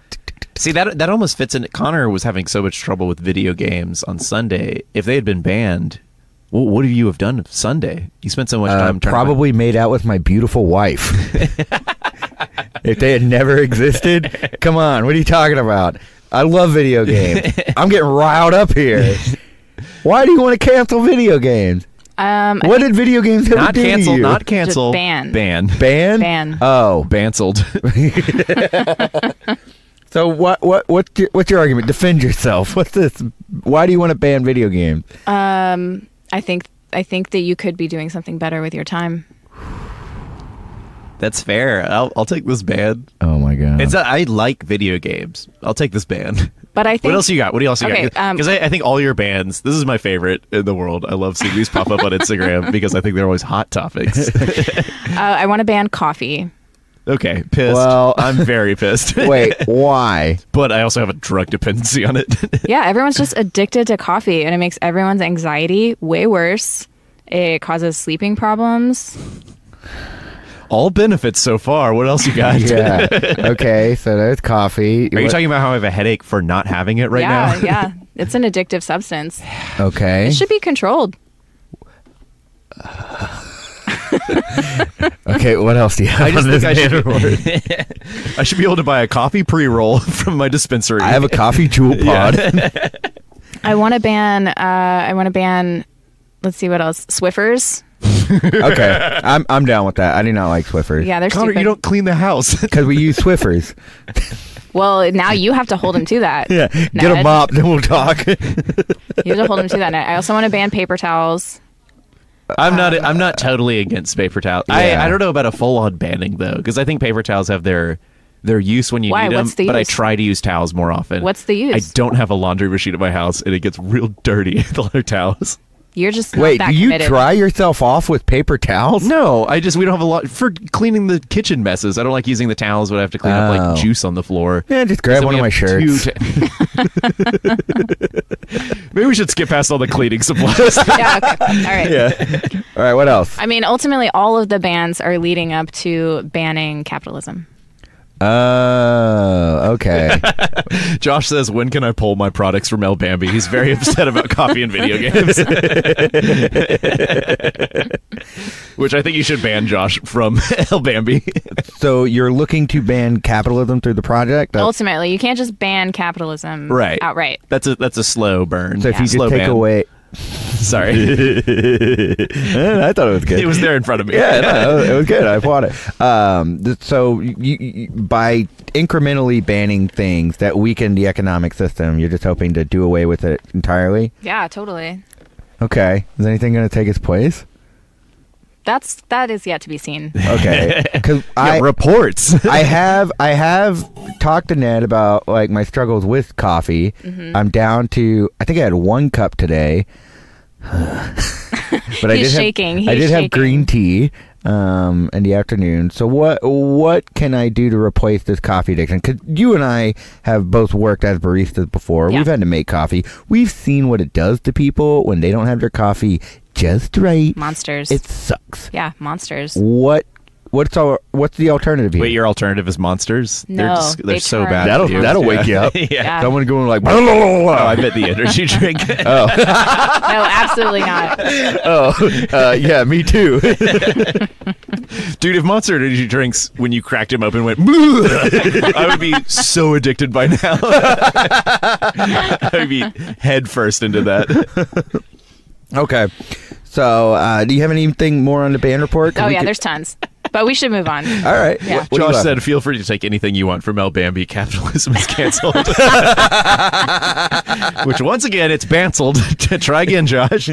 Speaker 2: See that that almost fits in. Connor was having so much trouble with video games on Sunday. If they had been banned, wh- what would you have done Sunday? You spent so much
Speaker 1: Uh,
Speaker 2: time trying to-
Speaker 1: probably made out with my beautiful wife. if they had never existed, come on, what are you talking about? I love video games. I'm getting riled up here. Why do you want to cancel video games?
Speaker 3: Um,
Speaker 1: What did video games ever
Speaker 2: not
Speaker 1: do to
Speaker 2: canceled,
Speaker 1: you?
Speaker 2: not canceled,
Speaker 3: ban.
Speaker 2: ban,
Speaker 1: ban?
Speaker 3: Ban.
Speaker 1: Oh,
Speaker 2: Banceled.
Speaker 1: so what? What? What's your, what's your argument? Defend yourself. What's this? Why do you want to ban video games?
Speaker 3: um, I think I think that you could be doing something better with your time.
Speaker 2: That's fair. I'll, I'll take this ban.
Speaker 1: Oh my god!
Speaker 2: It's not, I like video games. I'll take this ban.
Speaker 3: But I think
Speaker 2: What else you got? What else you
Speaker 3: Okay,
Speaker 2: got?
Speaker 3: um,
Speaker 2: Because I, I think all your bands. This is my favorite in the world. I love seeing these pop up on Instagram because I think they're always hot topics.
Speaker 3: uh, I want to ban coffee.
Speaker 2: okay, pissed.
Speaker 1: Well-
Speaker 2: I'm very pissed.
Speaker 1: Wait, why?
Speaker 2: but I also have a drug dependency on it.
Speaker 3: Yeah, everyone's just addicted to coffee, and it makes everyone's anxiety way worse. It causes sleeping problems.
Speaker 2: all benefits so far. What else you got?
Speaker 1: Yeah. Okay. So there's coffee.
Speaker 2: Are you
Speaker 1: What-
Speaker 2: talking about how I have a headache for not having it right
Speaker 3: yeah,
Speaker 2: now?
Speaker 3: yeah, it's an addictive substance.
Speaker 1: Okay.
Speaker 3: It should be controlled.
Speaker 1: Okay, what else do you have
Speaker 2: I just
Speaker 1: on
Speaker 2: think
Speaker 1: this
Speaker 2: I should,
Speaker 1: banner board?
Speaker 2: I should be able to buy a coffee pre roll from my dispensary.
Speaker 1: I have a coffee jewel pod.
Speaker 3: I want to ban. Uh, I want to ban. Let's see what else. Swiffers.
Speaker 1: okay, I'm I'm down with that. I do not like Swiffers.
Speaker 3: Yeah, they're
Speaker 2: Connor,
Speaker 3: stupid.
Speaker 2: you don't clean the house.
Speaker 1: because we use Swiffers.
Speaker 3: Well, now you have to hold him to that.
Speaker 1: yeah, get a
Speaker 3: Ned.
Speaker 1: mop, then we'll talk.
Speaker 3: You have to hold him to that. I also want to ban paper towels.
Speaker 2: I'm not. I'm not totally against paper towels.
Speaker 1: Yeah.
Speaker 2: I, I don't know about a full on banning though, because I think paper towels have their their use when you
Speaker 3: Why?
Speaker 2: need
Speaker 3: What's
Speaker 2: them.
Speaker 3: the
Speaker 2: but I
Speaker 3: use?
Speaker 2: try to use towels more often.
Speaker 3: What's the use?
Speaker 2: I don't have a laundry machine at my house, and it gets real dirty. The other towels.
Speaker 3: You're just not
Speaker 1: Wait,
Speaker 3: that
Speaker 1: do you
Speaker 3: committed.
Speaker 1: dry yourself off with paper towels?
Speaker 2: No, I just we don't have a lot for cleaning the kitchen messes. I don't like using the towels when I have to clean up
Speaker 1: Oh.
Speaker 2: like juice on the floor.
Speaker 1: Yeah, just grab
Speaker 2: So
Speaker 1: one
Speaker 2: we
Speaker 1: of my
Speaker 2: have
Speaker 1: shirts.
Speaker 2: two ta- Maybe we should skip past all the cleaning supplies.
Speaker 3: yeah. Okay. All right.
Speaker 1: All right, what else?
Speaker 3: I mean, ultimately, all of the bans are leading up to banning capitalism.
Speaker 1: Oh, Uh, okay.
Speaker 2: Josh says, "When can I pull my products from El Bambi?" He's very upset about coffee and video games, which I think you should ban Josh from El Bambi.
Speaker 1: so you're looking to ban capitalism through the project? That's-
Speaker 3: ultimately, you can't just ban capitalism
Speaker 2: right,
Speaker 3: outright.
Speaker 2: That's a that's a slow burn.
Speaker 1: so if you just
Speaker 2: slow
Speaker 1: take
Speaker 2: ban.
Speaker 1: away,
Speaker 2: sorry,
Speaker 1: Eh, I thought it was good.
Speaker 2: it was there in front of me.
Speaker 1: yeah, no, it was good. I applaud it. Um, th- so you, you, by incrementally banning things that weaken the economic system, you're just hoping to do away with it entirely.
Speaker 3: Yeah, totally.
Speaker 1: Okay, is anything going to take its place?
Speaker 3: That's that is yet to be seen.
Speaker 1: Okay, because
Speaker 2: Yeah,
Speaker 1: I
Speaker 2: reports.
Speaker 1: I have I have talked to Ned about like my struggles with coffee.
Speaker 3: Mm-hmm.
Speaker 1: I'm down to I think I had one cup today. but I did
Speaker 3: He's
Speaker 1: have-
Speaker 3: shaking.
Speaker 1: I
Speaker 3: He's
Speaker 1: did have
Speaker 3: shaking.
Speaker 1: green tea um, in the afternoon. So what what can I do to replace this coffee addiction? Because you and I have both worked as baristas before.
Speaker 3: Yeah.
Speaker 1: We've had to make coffee. We've seen what it does to people when they don't have their coffee just right.
Speaker 3: Monsters.
Speaker 1: It sucks.
Speaker 3: yeah, monsters.
Speaker 1: What What's our What's the alternative here?
Speaker 2: Wait, your alternative is monsters? they're
Speaker 3: No,
Speaker 2: just, they're
Speaker 3: they
Speaker 2: so
Speaker 3: turn.
Speaker 2: bad.
Speaker 5: That'll
Speaker 2: dude.
Speaker 5: that'll wake you up.
Speaker 2: yeah.
Speaker 3: Yeah.
Speaker 1: Someone going like,
Speaker 2: Oh, I bet the energy drink.
Speaker 3: No, absolutely not. Oh,
Speaker 5: Uh, yeah, me too.
Speaker 2: Dude, if Monster Energy drinks when you cracked him open went, "Bleh," I would be so addicted by now. I would be head first into that.
Speaker 1: okay. So, uh, do you have anything more on the band report? 'Cause
Speaker 3: Oh
Speaker 1: we
Speaker 3: yeah,
Speaker 1: could-
Speaker 3: there's tons, but we should move on.
Speaker 1: All right.
Speaker 3: Yeah.
Speaker 1: What do you
Speaker 2: Josh
Speaker 1: got?
Speaker 2: said, feel free to take anything you want from El Bambi. Capitalism is canceled. Which, once again, it's banceled. Try again, Josh.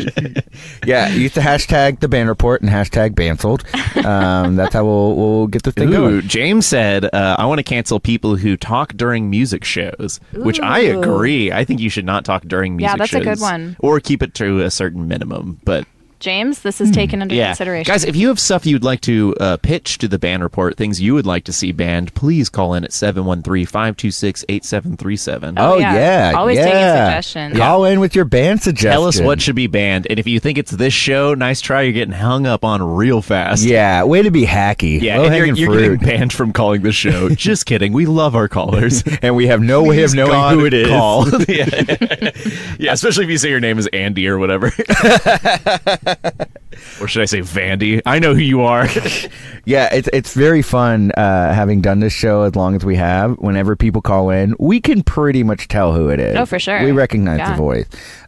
Speaker 1: Yeah, use the hashtag the band report and hashtag banceled. Um, that's how we'll we'll get the thing
Speaker 2: Ooh,
Speaker 1: going.
Speaker 2: James said, uh, I want to cancel people who talk during music shows, which I
Speaker 3: Ooh.
Speaker 2: agree. I think you should not talk during music
Speaker 3: Yeah, that's a
Speaker 2: shows.
Speaker 3: good one.
Speaker 2: Or keep it to a certain minimum. But
Speaker 3: James, this is taken under
Speaker 2: yeah.
Speaker 3: consideration.
Speaker 2: Guys, if you have stuff you'd like to uh, pitch to the band report, things you would like to see banned, please call in at 713 526 8737.
Speaker 3: Oh,
Speaker 1: Oh yeah,
Speaker 3: yeah. Always
Speaker 1: yeah.
Speaker 3: taking suggestions.
Speaker 1: Call in with your band suggestion.
Speaker 2: Tell us what should be banned. And if you think it's this show, nice try. You're getting hung up on real fast.
Speaker 1: Yeah, way to be hacky.
Speaker 2: Yeah,
Speaker 1: low
Speaker 2: and you're,
Speaker 1: hanging
Speaker 2: you're getting
Speaker 1: fruit.
Speaker 2: banned from calling the show. Just kidding. We love our callers.
Speaker 1: and we have no way of
Speaker 2: Please,
Speaker 1: knowing
Speaker 2: God,
Speaker 1: who it is.
Speaker 2: Call. yeah. Yeah, especially if you say your name is Andy or whatever. or should I say Vandy? I know who you are.
Speaker 1: Yeah, it's it's very fun uh, having done this show as long as we have. Whenever people call in, we can pretty much tell who it is.
Speaker 3: Oh, for sure.
Speaker 1: We recognize the
Speaker 3: Yeah.
Speaker 1: voice.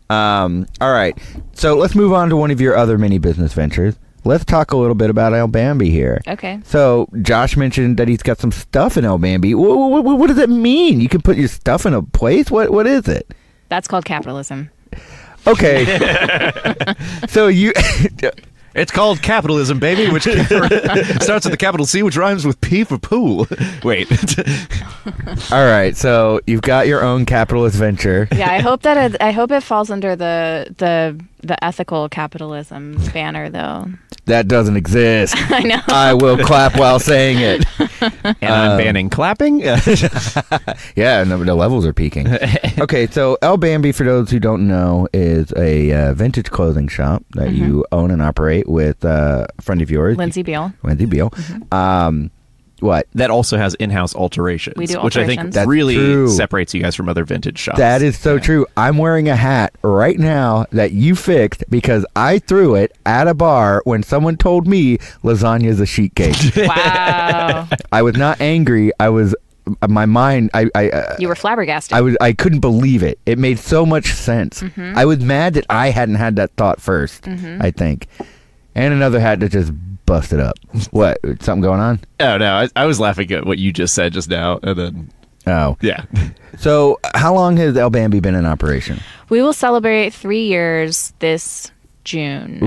Speaker 1: Um, all right, so let's move on to one of your other mini business ventures. Let's talk a little bit about El Bambi here.
Speaker 3: Okay.
Speaker 1: So Josh mentioned that he's got some stuff in El Bambi. What, what, what does that mean? You can put your stuff in a place? What what is it?
Speaker 3: That's called capitalism.
Speaker 1: Okay. so you
Speaker 2: It's called capitalism, baby, which starts with the capital C, which rhymes with P for pool. Wait.
Speaker 1: All right, so you've got your own capitalist venture.
Speaker 3: Yeah, I hope that it, I hope it falls under the the the ethical capitalism banner, though.
Speaker 1: That doesn't exist.
Speaker 3: I know.
Speaker 2: Uh,
Speaker 1: I will clap while saying it.
Speaker 2: and I'm banning clapping.
Speaker 1: Yeah, and the, the levels are peaking. okay, so El Bambi, for those who don't know, is a uh, vintage clothing shop that you own and operate with uh, a friend of yours,
Speaker 3: Lindsay Beale.
Speaker 1: Mm-hmm. Lindsay Beal. Um, what?
Speaker 2: that also has in-house alterations,
Speaker 3: We do
Speaker 2: which I think
Speaker 3: alterations. That's
Speaker 2: really
Speaker 1: true.
Speaker 2: separates you guys from other vintage shops.
Speaker 1: That is so true. I'm wearing a hat right now that you fixed because I threw it at a bar when someone told me lasagna is a sheet cake.
Speaker 3: Wow,
Speaker 1: I was not angry. I was uh, my mind. I I uh,
Speaker 3: you were flabbergasted.
Speaker 1: I was I couldn't believe it. It made so much sense. I was mad that I hadn't had that thought 1st I think, and another hat that just busted up. what? Something going on?
Speaker 2: Oh no, I, I was laughing at what you just said just now, and then
Speaker 1: Oh,
Speaker 2: yeah,
Speaker 1: so how long has El Bambi been in operation?
Speaker 3: we will celebrate three years this June.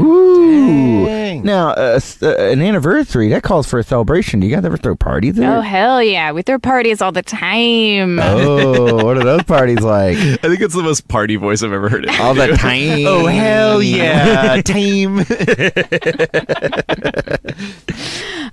Speaker 1: Now, uh, s- uh, an anniversary that calls for a celebration. Do you guys ever throw parties?
Speaker 3: Oh
Speaker 1: There?
Speaker 3: hell yeah! We throw parties all the time.
Speaker 1: oh, what are those parties like?
Speaker 2: I think it's the most party voice I've ever heard. It.
Speaker 1: All the time.
Speaker 2: oh hell yeah, team!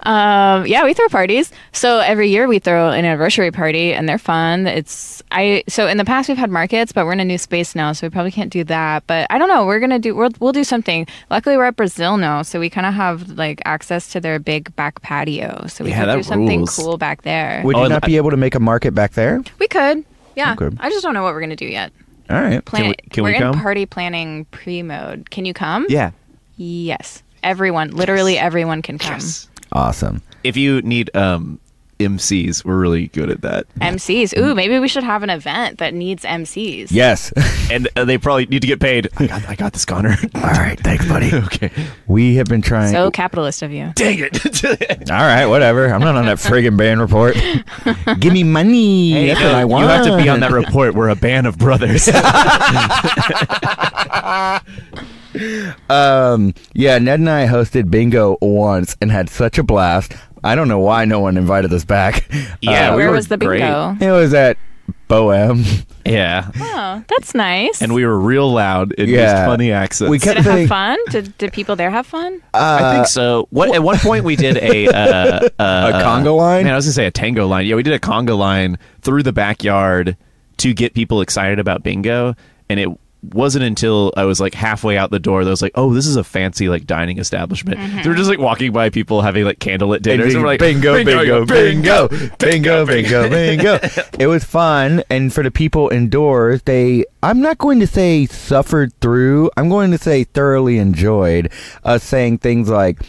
Speaker 3: Um, yeah, we throw parties. So every year we throw an anniversary party, and they're fun. It's I so in the past we've had markets, but we're in a new space now, so we probably can't do that. But I don't know. We're gonna do we'll we'll do something. Luckily, we're at Brazil now, so we kind of have like access to their big back patio, so we
Speaker 2: Yeah,
Speaker 3: can
Speaker 2: that
Speaker 3: do something
Speaker 2: rules.
Speaker 3: cool back there.
Speaker 1: Would
Speaker 2: Oh,
Speaker 1: you
Speaker 2: I-
Speaker 1: not be able to make a market back there?
Speaker 3: we could. Yeah,
Speaker 1: Okay.
Speaker 3: I just don't know what we're gonna do yet.
Speaker 1: All right.
Speaker 3: Plan
Speaker 2: we- can
Speaker 3: we're
Speaker 2: we
Speaker 3: in
Speaker 2: come?
Speaker 3: party planning pre mode. Can you come?
Speaker 2: Yeah,
Speaker 3: Yes. Everyone, literally everyone can come.
Speaker 2: yes.
Speaker 1: Awesome.
Speaker 2: If you need um MCs, we're really good at that,
Speaker 3: MCs. Ooh, maybe we should have an event that needs MCs.
Speaker 1: Yes.
Speaker 2: and uh, they probably need to get paid. I got, I got this, Connor.
Speaker 1: All right. Thanks, buddy.
Speaker 2: okay,
Speaker 1: We have been trying.
Speaker 3: So capitalist of you.
Speaker 2: dang it.
Speaker 1: All right, whatever. I'm not on that friggin' band report. Give me money. That's what I want.
Speaker 2: You have to be on that report. We're a band of brothers. Uh,
Speaker 1: Um, yeah, Ned and I hosted bingo once and had such a blast. I don't know why no one invited us back.
Speaker 2: Yeah,
Speaker 1: Uh,
Speaker 2: we
Speaker 3: Where
Speaker 2: were
Speaker 3: was the
Speaker 2: great.
Speaker 3: bingo?
Speaker 1: it was at Bohem.
Speaker 2: yeah,
Speaker 3: Oh, that's nice.
Speaker 2: and we were real loud and
Speaker 1: Yeah.
Speaker 2: used funny accents.
Speaker 1: We
Speaker 3: did
Speaker 1: kept
Speaker 3: it have
Speaker 1: saying,
Speaker 3: fun? Did, did people there have fun?
Speaker 2: I think so. What at one point we did a uh, uh,
Speaker 1: A conga line?
Speaker 2: Man, I was gonna say a tango line. Yeah, we did a conga line through the backyard to get people excited about bingo, and it wasn't until I was like halfway out the door that I was like, oh, this is a fancy like dining establishment.
Speaker 3: Mm-hmm.
Speaker 2: They were just like walking by people having like candlelit dinners. And we're like,
Speaker 1: bingo, bingo, bingo,
Speaker 2: bingo,
Speaker 1: bingo, bingo, bingo. it was fun, and for the people indoors, they I'm not going to say suffered through. I'm going to say thoroughly enjoyed us saying things like,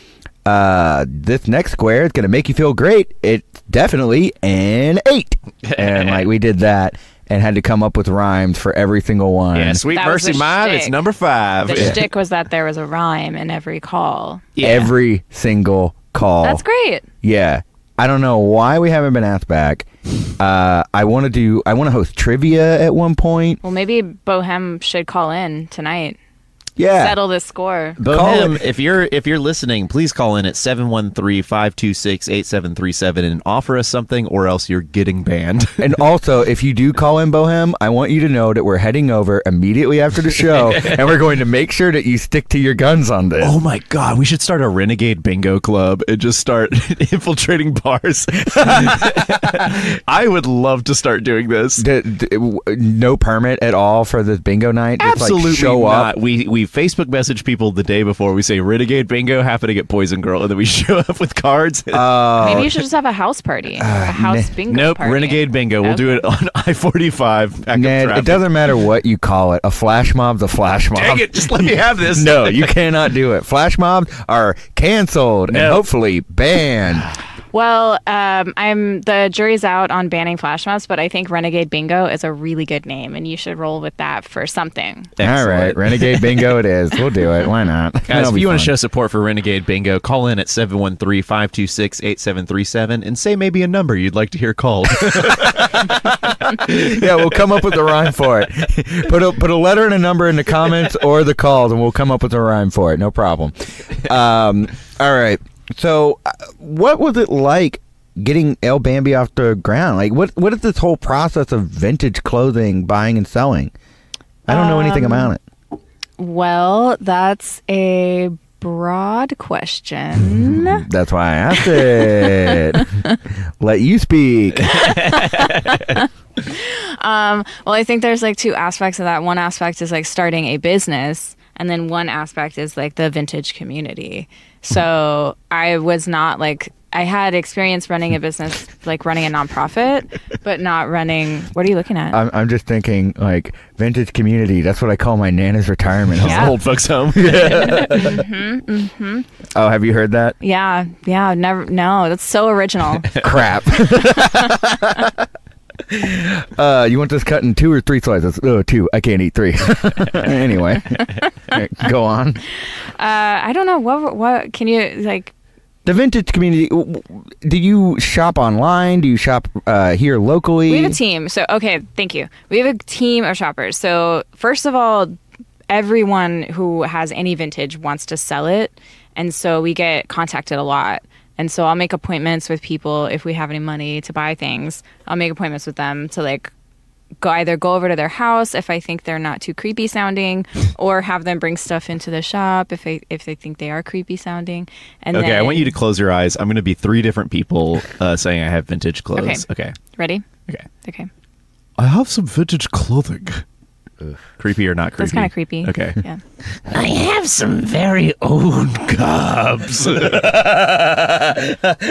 Speaker 1: uh, "This next square is going to make you feel great." It's definitely an eight, and like we did that. And had to come up with rhymes for every single one.
Speaker 2: Yeah, sweet
Speaker 3: That was
Speaker 2: mercy,
Speaker 3: the
Speaker 2: mom. It's
Speaker 3: shtick.
Speaker 2: number five.
Speaker 3: The
Speaker 2: Yeah.
Speaker 3: shtick was that there was a rhyme in every call.
Speaker 2: Yeah.
Speaker 1: Every single call.
Speaker 3: That's great.
Speaker 1: Yeah. I don't know why we haven't been asked back. Uh, I want to do. I want to host trivia at one point.
Speaker 3: Well, maybe Bohem should call in tonight.
Speaker 1: Yeah.
Speaker 3: Settle this score.
Speaker 1: Call
Speaker 2: Bohem,
Speaker 1: it.
Speaker 2: if you're if you're listening, please call in at 713-526-8737 and offer us something or else you're getting banned.
Speaker 1: And also, if you do call in Bohem, I want you to know that we're heading over immediately after the show, and we're going to make sure that you stick to your guns on this.
Speaker 2: Oh my god, we should start a renegade bingo club and just start infiltrating bars. I would love to start doing this.
Speaker 1: D- d- w- no permit at all for this bingo night. Just, like,
Speaker 2: Absolutely
Speaker 1: show
Speaker 2: not.
Speaker 1: up.
Speaker 2: We we Facebook message people the day before. We say renegade bingo happening at Poison Girl, and then we show up with cards.
Speaker 3: Maybe you should just have a house party, a house bingo
Speaker 2: Uh, nope,
Speaker 3: party.
Speaker 2: renegade bingo. We'll do it on I forty five.
Speaker 1: Ned, it doesn't matter what you call it. A flash mob's a flash mob.
Speaker 2: Dang it! Just let me have this.
Speaker 1: No, you cannot do it. Flash mobs are canceled and
Speaker 2: No.
Speaker 1: hopefully banned.
Speaker 3: Well, um, I'm the jury's out on banning flash mobs, but I think Renegade Bingo is a really good name, and you should roll with that for something.
Speaker 1: All right,
Speaker 2: Excellent.
Speaker 1: Renegade Bingo it is. We'll do it. Why not?
Speaker 2: Guys,
Speaker 1: That'll
Speaker 2: if
Speaker 1: be
Speaker 2: you want to
Speaker 1: fun.
Speaker 2: show support for Renegade Bingo, call in at 713-526-8737 and say maybe a number you'd like to hear called.
Speaker 1: yeah, we'll come up with a rhyme for it. Put a put a letter and a number in the comments or the calls, and we'll come up with a rhyme for it. No problem. Um, all right. So, uh, what was it like getting El Bambi off the ground? Like, what what is this whole process of vintage clothing buying and selling? I don't know anything about it.
Speaker 3: Well, that's a broad question.
Speaker 1: That's why I asked it. Let you speak.
Speaker 3: Well, I think there's like two aspects of that. One aspect is like starting a business, and then one aspect is like the vintage community. So I was not like, I had experience running a business, like running a nonprofit, but not running. What are you looking at?
Speaker 1: I'm, I'm just thinking like vintage community. That's what I call my nana's retirement home.
Speaker 3: Yeah.
Speaker 2: Old folks home.
Speaker 1: Oh, have you heard that?
Speaker 3: yeah, yeah, never. No, that's so original.
Speaker 1: Crap. uh, you want this cut in two or three slices? Oh, two. I can't eat three. anyway, go on.
Speaker 3: Uh, I don't know what what can you like.
Speaker 1: The vintage community. w- w- Do you shop online? Do you shop uh, here locally?
Speaker 3: We have a team. So, okay, thank you. We have a team of shoppers. So, first of all, everyone who has any vintage wants to sell it. And so we get contacted a lot. And so I'll make appointments with people if we have any money to buy things. I'll make appointments with them to like go either go over to their house if I think they're not too creepy sounding or have them bring stuff into the shop if they if they think they are creepy sounding. And
Speaker 2: Okay,
Speaker 3: then,
Speaker 2: I want you to close your eyes. I'm going to be three different people uh, saying I have vintage clothes. Okay. okay.
Speaker 3: ready?
Speaker 2: Okay.
Speaker 3: Okay.
Speaker 2: I have some vintage clothing. Creepy or not creepy?
Speaker 3: That's kinda creepy.
Speaker 2: Okay.
Speaker 3: Yeah.
Speaker 2: I have some very old gobs.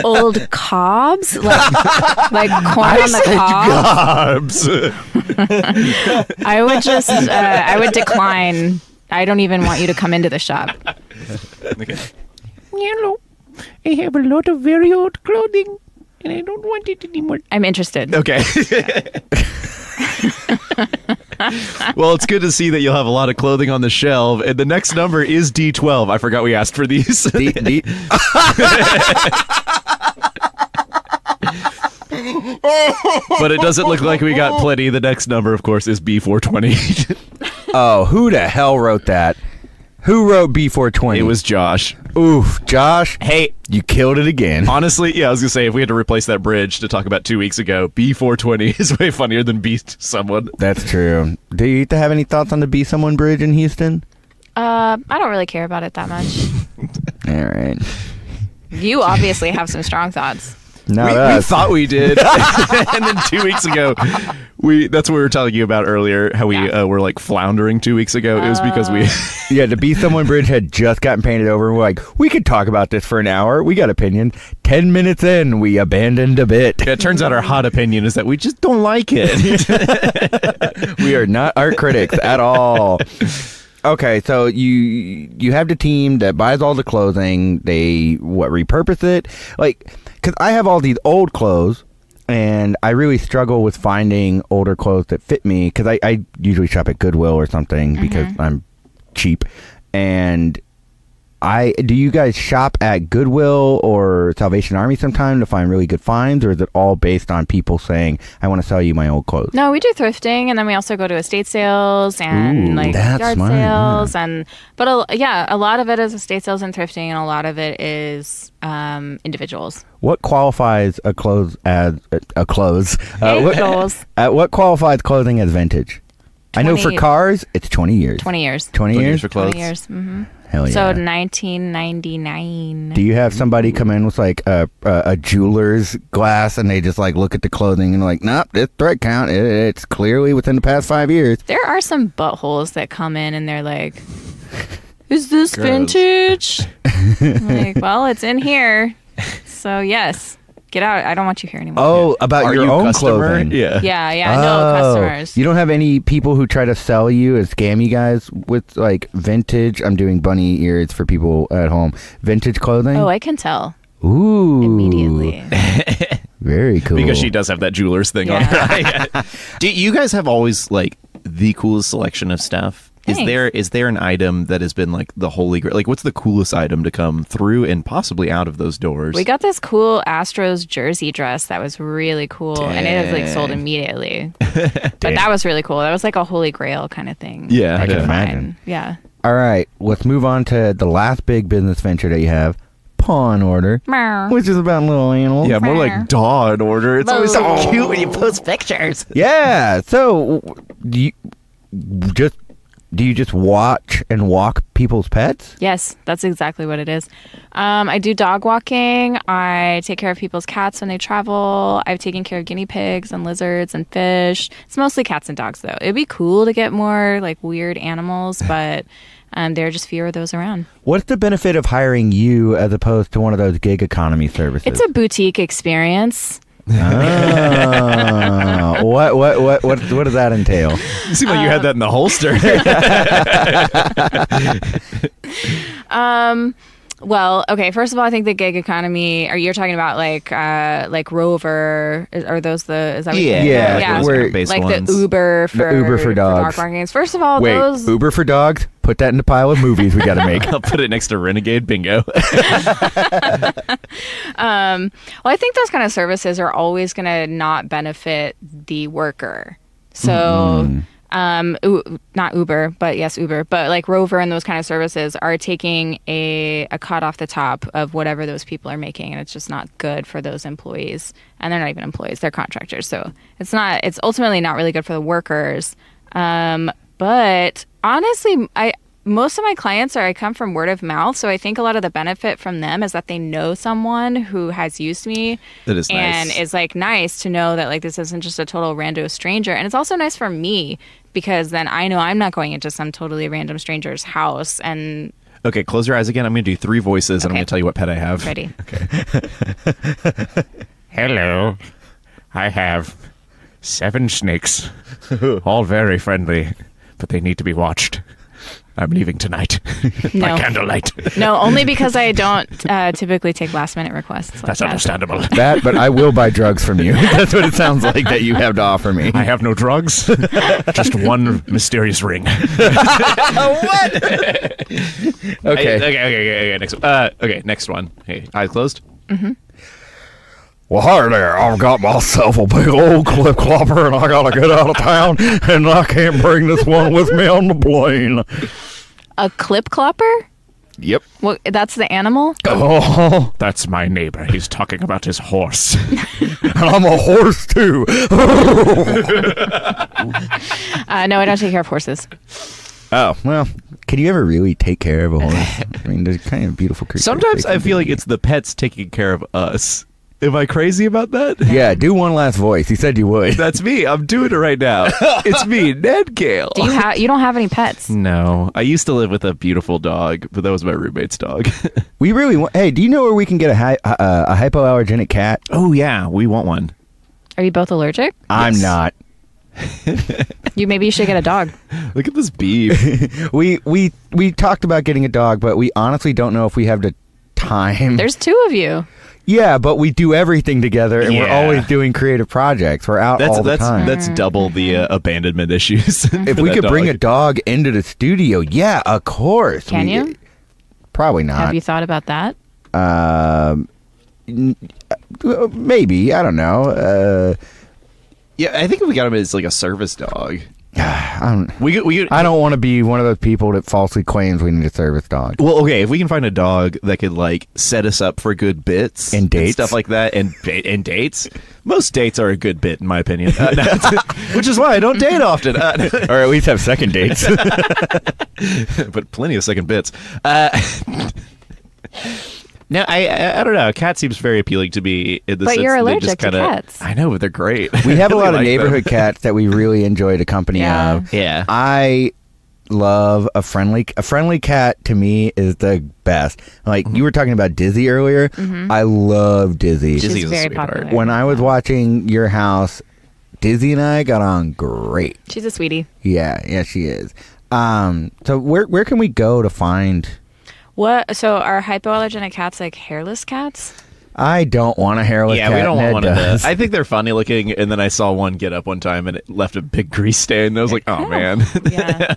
Speaker 3: old cobs, like like corn on the cob.
Speaker 2: gobs.
Speaker 3: I would just, uh, I would decline. I don't even want you to come into the shop.
Speaker 2: okay.
Speaker 6: You know, I have a lot of very old clothing, and I don't want it anymore.
Speaker 3: I'm interested.
Speaker 2: Okay. well, it's good to see that you'll have a lot of clothing on the shelf. And the next number is D12. I forgot we asked for these.
Speaker 1: D- D-
Speaker 2: but it doesn't look like we got plenty. The next number, of course, is B420.
Speaker 1: oh, who the hell wrote that? Who wrote B420?
Speaker 2: it was Josh.
Speaker 1: oof, Josh. Hey, you killed it again.
Speaker 2: Honestly, yeah, I was gonna say if we had to replace that bridge to talk about two weeks ago, B four twenty is way funnier than B someone.
Speaker 1: That's true. Do you have any thoughts on the Be Someone Bridge in Houston?
Speaker 3: Uh, I don't really care about it that much.
Speaker 1: All right.
Speaker 3: You obviously have some strong thoughts.
Speaker 1: Not
Speaker 2: we, we
Speaker 1: us.
Speaker 2: thought we did, and then two weeks ago, we—that's what we were telling you about earlier. How we uh, were like floundering two weeks ago. it was because we
Speaker 3: Oh.
Speaker 1: yeah, the Be Someone Bridge had just gotten painted over. and We're like, we could talk about this for an hour. We got opinions. Ten minutes in, we abandoned a bit.
Speaker 2: Yeah, it turns out our hot opinion is that we just don't like it.
Speaker 1: we are not art critics at all. Okay, so you you have the team that buys all the clothing. They what repurpose it? Like, because I have all these old clothes, and I really struggle with finding older clothes that fit me. Because I, I usually shop at Goodwill or something because I'm cheap. And I do you guys shop at Goodwill or Salvation Army sometime to find really good finds, or is it all based on people saying I want to sell you my old clothes?
Speaker 3: No, we do thrifting, and then we also go to estate sales and
Speaker 1: Ooh,
Speaker 3: like
Speaker 1: that's
Speaker 3: yard
Speaker 1: smart, yeah.
Speaker 3: sales, and but a, yeah, a lot of it is estate sales and thrifting, and a lot of it is um, individuals.
Speaker 1: What qualifies a clothes as a clothes? Uh, what,
Speaker 3: Individuals,
Speaker 1: uh, what qualifies clothing as vintage? I know for
Speaker 3: 20
Speaker 1: cars, it's twenty years.
Speaker 3: twenty years,
Speaker 1: 20
Speaker 2: 20
Speaker 1: years.
Speaker 2: years for clothes.
Speaker 3: twenty years. hmm
Speaker 1: Hell Oh, yeah.
Speaker 3: So nineteen ninety nine.
Speaker 1: do you have somebody come in with like a, a a jeweler's glass and they just like look at the clothing and like, nope, this thread count, it, it's clearly within the past five years.
Speaker 3: There are some buttholes that come in and they're like, "Is this
Speaker 2: Gross.
Speaker 3: vintage?" I'm like, well, it's in here, so yes, get out. I don't want you here anymore.
Speaker 1: Oh, about
Speaker 2: Are
Speaker 1: your
Speaker 2: you
Speaker 1: own
Speaker 2: customer?
Speaker 1: clothing.
Speaker 2: Yeah.
Speaker 3: Yeah, yeah,
Speaker 1: Oh,
Speaker 3: no customers.
Speaker 1: You don't have any people who try to sell you and scam you guys with like vintage. I'm doing bunny ears for people at home. Vintage clothing.
Speaker 3: Oh, I can tell
Speaker 1: Ooh,
Speaker 3: immediately.
Speaker 1: Very cool.
Speaker 2: Because she does have that jeweler's thing on her eye. Do you guys have always like the coolest selection of stuff? Is
Speaker 3: Thanks.
Speaker 2: there is there an item that has been like the holy grail? Like, what's the coolest item to come through and possibly out of those doors?
Speaker 3: We got this cool Astros jersey dress that was really cool, and it was like sold immediately. but that was really cool. That was like a holy grail kind of thing.
Speaker 2: Yeah, I
Speaker 3: that you
Speaker 2: can
Speaker 3: find.
Speaker 1: imagine.
Speaker 3: Yeah.
Speaker 1: All right, let's move on to the last big business venture that you have, pawn order,
Speaker 3: Meow.
Speaker 1: which is about little animals.
Speaker 2: yeah, more like Dawn Order. It's always so
Speaker 3: Boo.
Speaker 2: cute when you put.
Speaker 1: Yeah. So, w- do you just do you just watch and walk people's pets?
Speaker 3: Yes, that's exactly what it is. Um, I do dog walking. I take care of people's cats when they travel. I've taken care of guinea pigs and lizards and fish. It's mostly cats and dogs, though. It'd be cool to get more like weird animals, but um, there are just fewer of those around.
Speaker 1: What's the benefit of hiring you as opposed to one of those gig economy services?
Speaker 3: It's a boutique experience.
Speaker 1: Oh, what, what what what what does that entail?
Speaker 2: You seem like you had that in the holster.
Speaker 3: Well, okay. First of all, I think the gig economy. Are you're talking about like uh like Rover? Is, are those the? Is that what you-
Speaker 2: Yeah,
Speaker 1: Yeah,
Speaker 2: like
Speaker 3: yeah.
Speaker 2: those
Speaker 1: we're-
Speaker 2: app-based
Speaker 3: like
Speaker 2: ones.
Speaker 3: the Uber for
Speaker 1: Uber for dogs.
Speaker 3: dog walkings. First of all,
Speaker 1: Wait,
Speaker 3: those
Speaker 1: Uber for dogs? Put that in the pile of movies we got to make.
Speaker 2: I'll put it next to Renegade Bingo.
Speaker 3: Well, I think those kind of services are always going to not benefit the worker. So, um, U- not Uber, but yes, Uber, but like Rover and those kind of services are taking a, a cut off the top of whatever those people are making, and it's just not good for those employees. And they're not even employees; they're contractors. So it's not. It's ultimately not really good for the workers. Um, but honestly, I most of my clients are I come from word of mouth, so I think a lot of the benefit from them is that they know someone who has used me
Speaker 2: That is
Speaker 3: and
Speaker 2: nice.
Speaker 3: is like nice to know that like this isn't just a total rando stranger, and it's also nice for me because then I know I'm not going into some totally random stranger's house and
Speaker 2: okay, close your eyes again. I'm going to do three voices, and I'm
Speaker 3: Okay.
Speaker 2: going to tell you what pet I have.
Speaker 3: ready.
Speaker 6: Hello. I have seven snakes. All very friendly, but they need to be watched. I'm leaving tonight
Speaker 3: No.
Speaker 6: by candlelight.
Speaker 3: No, only because I don't uh, typically take last minute requests. Like
Speaker 6: That's
Speaker 3: that.
Speaker 6: understandable.
Speaker 1: That, but I will buy drugs from you. That's what it sounds like that you have to offer me.
Speaker 6: I have no drugs, just one mysterious ring.
Speaker 1: Okay.
Speaker 2: okay, okay, okay. Next. Uh, okay, next one. Hey, eyes closed.
Speaker 1: Well, hi there. I've got myself a big old clip clopper, and I gotta get out of town, and I can't bring this one with me on the plane.
Speaker 3: A clip clopper?
Speaker 1: Yep.
Speaker 3: Well, that's the animal.
Speaker 1: Oh,
Speaker 6: That's my neighbor. He's talking about his horse.
Speaker 1: and I'm a horse too.
Speaker 3: Uh, no, I don't take care of horses.
Speaker 1: Oh well, can you ever really take care of a horse? I mean, they're kind of beautiful creatures.
Speaker 2: Sometimes
Speaker 1: They can
Speaker 2: I feel
Speaker 1: be-
Speaker 2: like it's the pets taking care of us. Am I crazy about that?
Speaker 1: Yeah, do one last voice. He said you would.
Speaker 2: That's me. I'm doing it right now. It's me, Ned Gale.
Speaker 3: Do you have? You don't have any pets.
Speaker 2: No, I used to live with a beautiful dog, but that was my roommate's dog.
Speaker 1: We really want. Hey, do you know where we can get a hy- uh, a hypoallergenic cat?
Speaker 2: oh yeah, we want one.
Speaker 3: Are you both allergic?
Speaker 1: I'm not.
Speaker 3: You maybe you should get a dog.
Speaker 2: Look at this beef.
Speaker 1: We we we talked about getting a dog, but we honestly don't know if we have the time.
Speaker 3: There's two of you.
Speaker 1: yeah, but we do everything together, and we're
Speaker 2: Yeah.
Speaker 1: always doing creative projects. We're out
Speaker 2: That's
Speaker 1: all the
Speaker 2: that's
Speaker 1: time.
Speaker 2: that's
Speaker 3: Mm.
Speaker 2: double the uh, abandonment issues.
Speaker 1: if we could bring a dog into the studio, yeah, of course.
Speaker 3: Can
Speaker 1: we-
Speaker 3: you?
Speaker 1: Probably not.
Speaker 3: Have you thought about that?
Speaker 1: Um, n- uh, maybe I don't know. Uh,
Speaker 2: yeah, I think if we got him as like a service dog,
Speaker 1: I don't.
Speaker 2: we could, we could,
Speaker 1: I don't want to be one of those people that falsely claims we need a service dog.
Speaker 2: Well, okay, if we can find a dog that could like set us up for good bits
Speaker 1: And dates.
Speaker 2: stuff like that, and ba- and dates. Most dates are a good bit, in my opinion, Uh, no, which is why I don't date often. Uh,
Speaker 1: or at least have second dates.
Speaker 2: but plenty of second bits. Uh, no, I, I I don't know. A cat seems very appealing to me. In the
Speaker 3: But
Speaker 2: sense
Speaker 3: you're
Speaker 2: that they
Speaker 3: allergic
Speaker 2: just
Speaker 3: to
Speaker 2: kinda,
Speaker 3: cats.
Speaker 2: I know, but they're great.
Speaker 1: we have a lot
Speaker 2: Really
Speaker 1: of
Speaker 2: like them.
Speaker 1: neighborhood cats that we really enjoy the company
Speaker 3: Yeah.
Speaker 1: of.
Speaker 2: Yeah.
Speaker 1: I love a friendly a friendly cat to me is the best. Like
Speaker 2: Mm-hmm.
Speaker 1: you were talking about Dizzy earlier. I love Dizzy.
Speaker 2: Dizzy
Speaker 3: Mm-hmm.
Speaker 2: is
Speaker 3: She's
Speaker 2: a
Speaker 3: very
Speaker 2: sweetheart.
Speaker 3: popular.
Speaker 1: When I was watching your house, Dizzy and I got on great.
Speaker 3: She's a sweetie.
Speaker 1: Yeah, yeah, she is. Um, so where where can we go to find?
Speaker 3: What? So are hypoallergenic cats like hairless cats?
Speaker 1: I don't want a hairless
Speaker 2: Yeah,
Speaker 1: cat.
Speaker 2: we don't want
Speaker 1: Ned
Speaker 2: one of
Speaker 1: does.
Speaker 2: the. I think they're funny looking, and then I saw one get up one time and it left a big grease stain. And I was like, oh man.
Speaker 3: Yeah.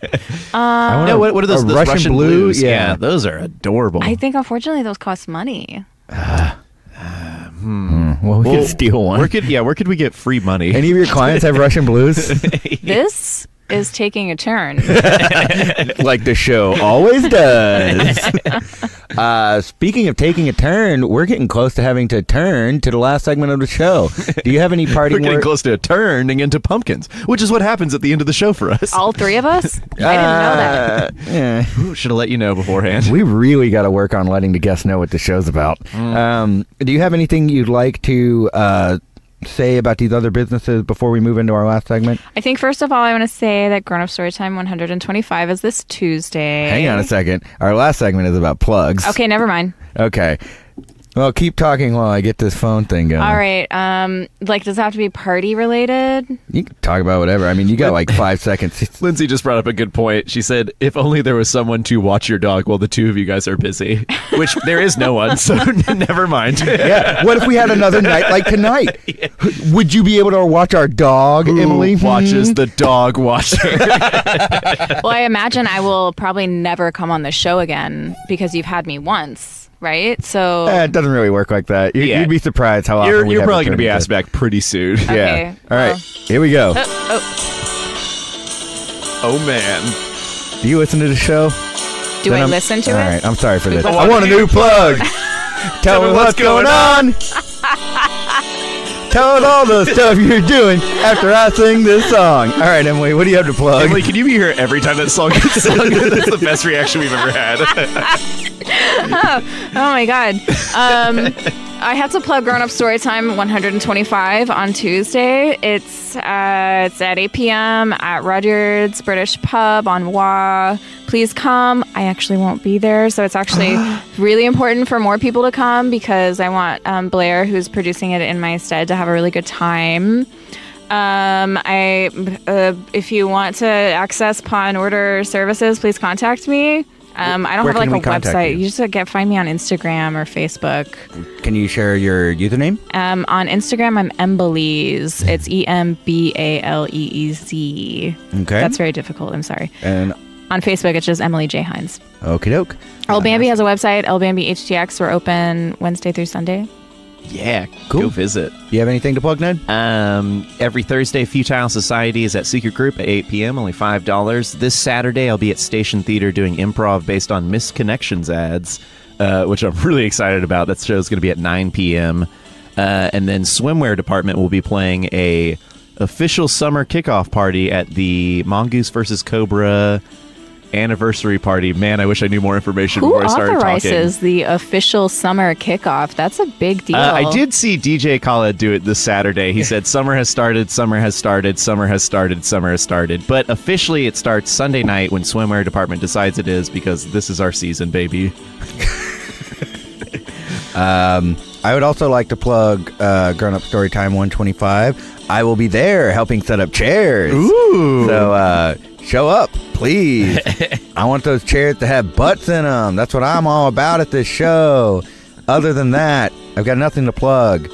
Speaker 1: I want
Speaker 2: No,
Speaker 1: a-
Speaker 2: what, what are those,
Speaker 1: a
Speaker 2: those Russian, blues?
Speaker 1: Oh, Yeah.
Speaker 2: those are adorable.
Speaker 3: I think unfortunately those cost money.
Speaker 1: Well, we
Speaker 2: Well,
Speaker 1: can steal one.
Speaker 2: Where could yeah? Where could we get free money?
Speaker 1: Any of your clients have Russian blues?
Speaker 3: This is taking a turn.
Speaker 1: like the show always does. uh, speaking of taking a turn, we're getting close to having to turn to the last segment of the show. Do you have any
Speaker 2: We're
Speaker 1: parting
Speaker 2: getting
Speaker 1: words?
Speaker 2: close to turning into pumpkins, which is what happens at the end of the show for us.
Speaker 3: All three of us? I didn't know
Speaker 1: Ah.
Speaker 3: that.
Speaker 1: Yeah.
Speaker 2: Should have let you know beforehand.
Speaker 1: We really got to work on letting the guests know what the show's about.
Speaker 3: Mm.
Speaker 1: Um, do you have anything you'd like to uh, say about these other businesses before we move into our last segment?
Speaker 3: I think first of all, I want to say that Grown Up Storytime 125 is this Tuesday.
Speaker 1: Hang on a second. Our last segment is about plugs.
Speaker 3: Okay, never mind.
Speaker 1: Okay. Well, keep talking while I get this phone thing going.
Speaker 3: All right. Um, like, does it have to be party related?
Speaker 1: You can talk about whatever. I mean, you got like five seconds.
Speaker 2: Lindsay just brought up a good point. She said, "If only there was someone to watch your dog while the two of you guys are busy," which there is no one, so never mind.
Speaker 1: Yeah. What if we had another night like tonight? Would you be able to watch our dog, Emily? Hmm.
Speaker 2: Who watches the dog watching?
Speaker 3: Well, I imagine I will probably never come on the show again because you've had me once, right? So,
Speaker 1: Eh, it doesn't really work like that. You,
Speaker 2: Yeah.
Speaker 1: You'd be surprised how often
Speaker 2: you're
Speaker 1: we
Speaker 2: you're
Speaker 1: have
Speaker 2: probably
Speaker 1: to
Speaker 2: going to be
Speaker 1: turn
Speaker 2: asked back pretty soon.
Speaker 1: to- Yeah.
Speaker 3: Okay,
Speaker 1: All right.
Speaker 3: well.
Speaker 1: Here we go.
Speaker 3: oh,
Speaker 2: Oh man.
Speaker 1: Do you listen to the show?
Speaker 3: do I listen to
Speaker 1: All
Speaker 3: it?
Speaker 1: right. I'm sorry for this.
Speaker 3: I
Speaker 1: I want a new plug. Tell me what's going on. Tell us all the stuff you're doing after I sing this song. All right, Emily, what do you have to plug?
Speaker 2: Emily, can you be here every time that song gets sung? That's the best reaction we've ever had.
Speaker 3: Oh my god. Um, I have to plug Grown Up Storytime 125 on Tuesday. It's uh, it's at 8 p.m. at Rudyard's British Pub on Wa. Please come. I actually won't be there, so it's actually really important for more people to come because I want um, Blair, who's producing it in my stead, to have a really good time. Um, I, uh, if you want to access paw and order services, please contact me. Um, I don't
Speaker 1: Where
Speaker 3: have like
Speaker 1: can
Speaker 3: a
Speaker 1: we contact
Speaker 3: website.
Speaker 1: you?
Speaker 3: You, just uh, get find me on Instagram or Facebook.
Speaker 1: Can you share your username?
Speaker 3: Um, on Instagram, I'm Embalize. It's E M B A L E E Z.
Speaker 1: Okay.
Speaker 3: That's very difficult. I'm sorry.
Speaker 1: And
Speaker 3: On Facebook, it's just Emily J Hines.
Speaker 1: okie doke.
Speaker 3: El Bambi has a website. El Bambi HTX. We're open Wednesday through Sunday.
Speaker 2: Yeah,
Speaker 1: Cool.
Speaker 2: go visit.
Speaker 1: You have anything to plug, Ned?
Speaker 2: Um, every Thursday, Futile Society is at Secret Group at 8 p.m., only $5. This Saturday, I'll be at Station Theater doing improv based on misconnections ads, uh, which I'm really excited about. That show's going to be at 9 p.m. Uh, and then Swimwear Department will be playing a official summer kickoff party at the Mongoose versus Cobra anniversary party. Man, I wish I knew more information
Speaker 3: Who
Speaker 2: before I started talking.
Speaker 3: authorizes the official summer kickoff? That's a big deal.
Speaker 2: Uh, I did see DJ Khaled do it this Saturday. He said, Summer has started, summer has started, summer has started, summer has started. But officially, it starts Sunday night when swimwear department decides it is because this is our season, baby.
Speaker 1: Um, I would also like to plug uh, Grown Up Storytime 125. I will be there helping set up chairs. Ooh. So uh, show up, please. I want those chairs to have butts in them. That's what I'm all about at this show. Other than that, I've got nothing to plug.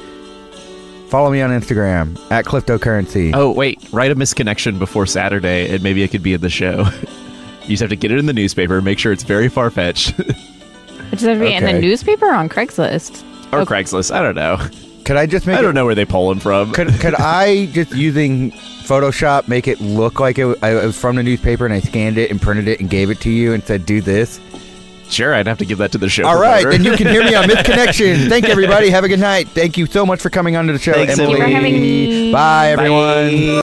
Speaker 1: Follow me on Instagram at Cryptocurrency.
Speaker 2: Oh, wait, write a misconnection before Saturday and maybe I could be at the show. you just have to get it in the newspaper, make sure it's very far fetched.
Speaker 3: Does that be in the
Speaker 1: okay.
Speaker 3: newspaper or on Craigslist?
Speaker 2: or Craigslist. I don't know.
Speaker 1: Could I just make
Speaker 2: I
Speaker 1: it
Speaker 2: don't know where they pull him from.
Speaker 1: could could I just using Photoshop make it look like it, I, it was from the newspaper and I scanned it and printed it and gave it to you and said do this?
Speaker 2: Sure, I'd have to give that to the show.
Speaker 1: All right,
Speaker 2: promoter.
Speaker 1: then you can hear me on Misconnection. Thank you, everybody. Have a good night. Thank you so much for coming onto the show,
Speaker 2: Thanks,
Speaker 1: Emily.
Speaker 2: Emily. Thank
Speaker 3: you for having me.
Speaker 1: Bye, everyone.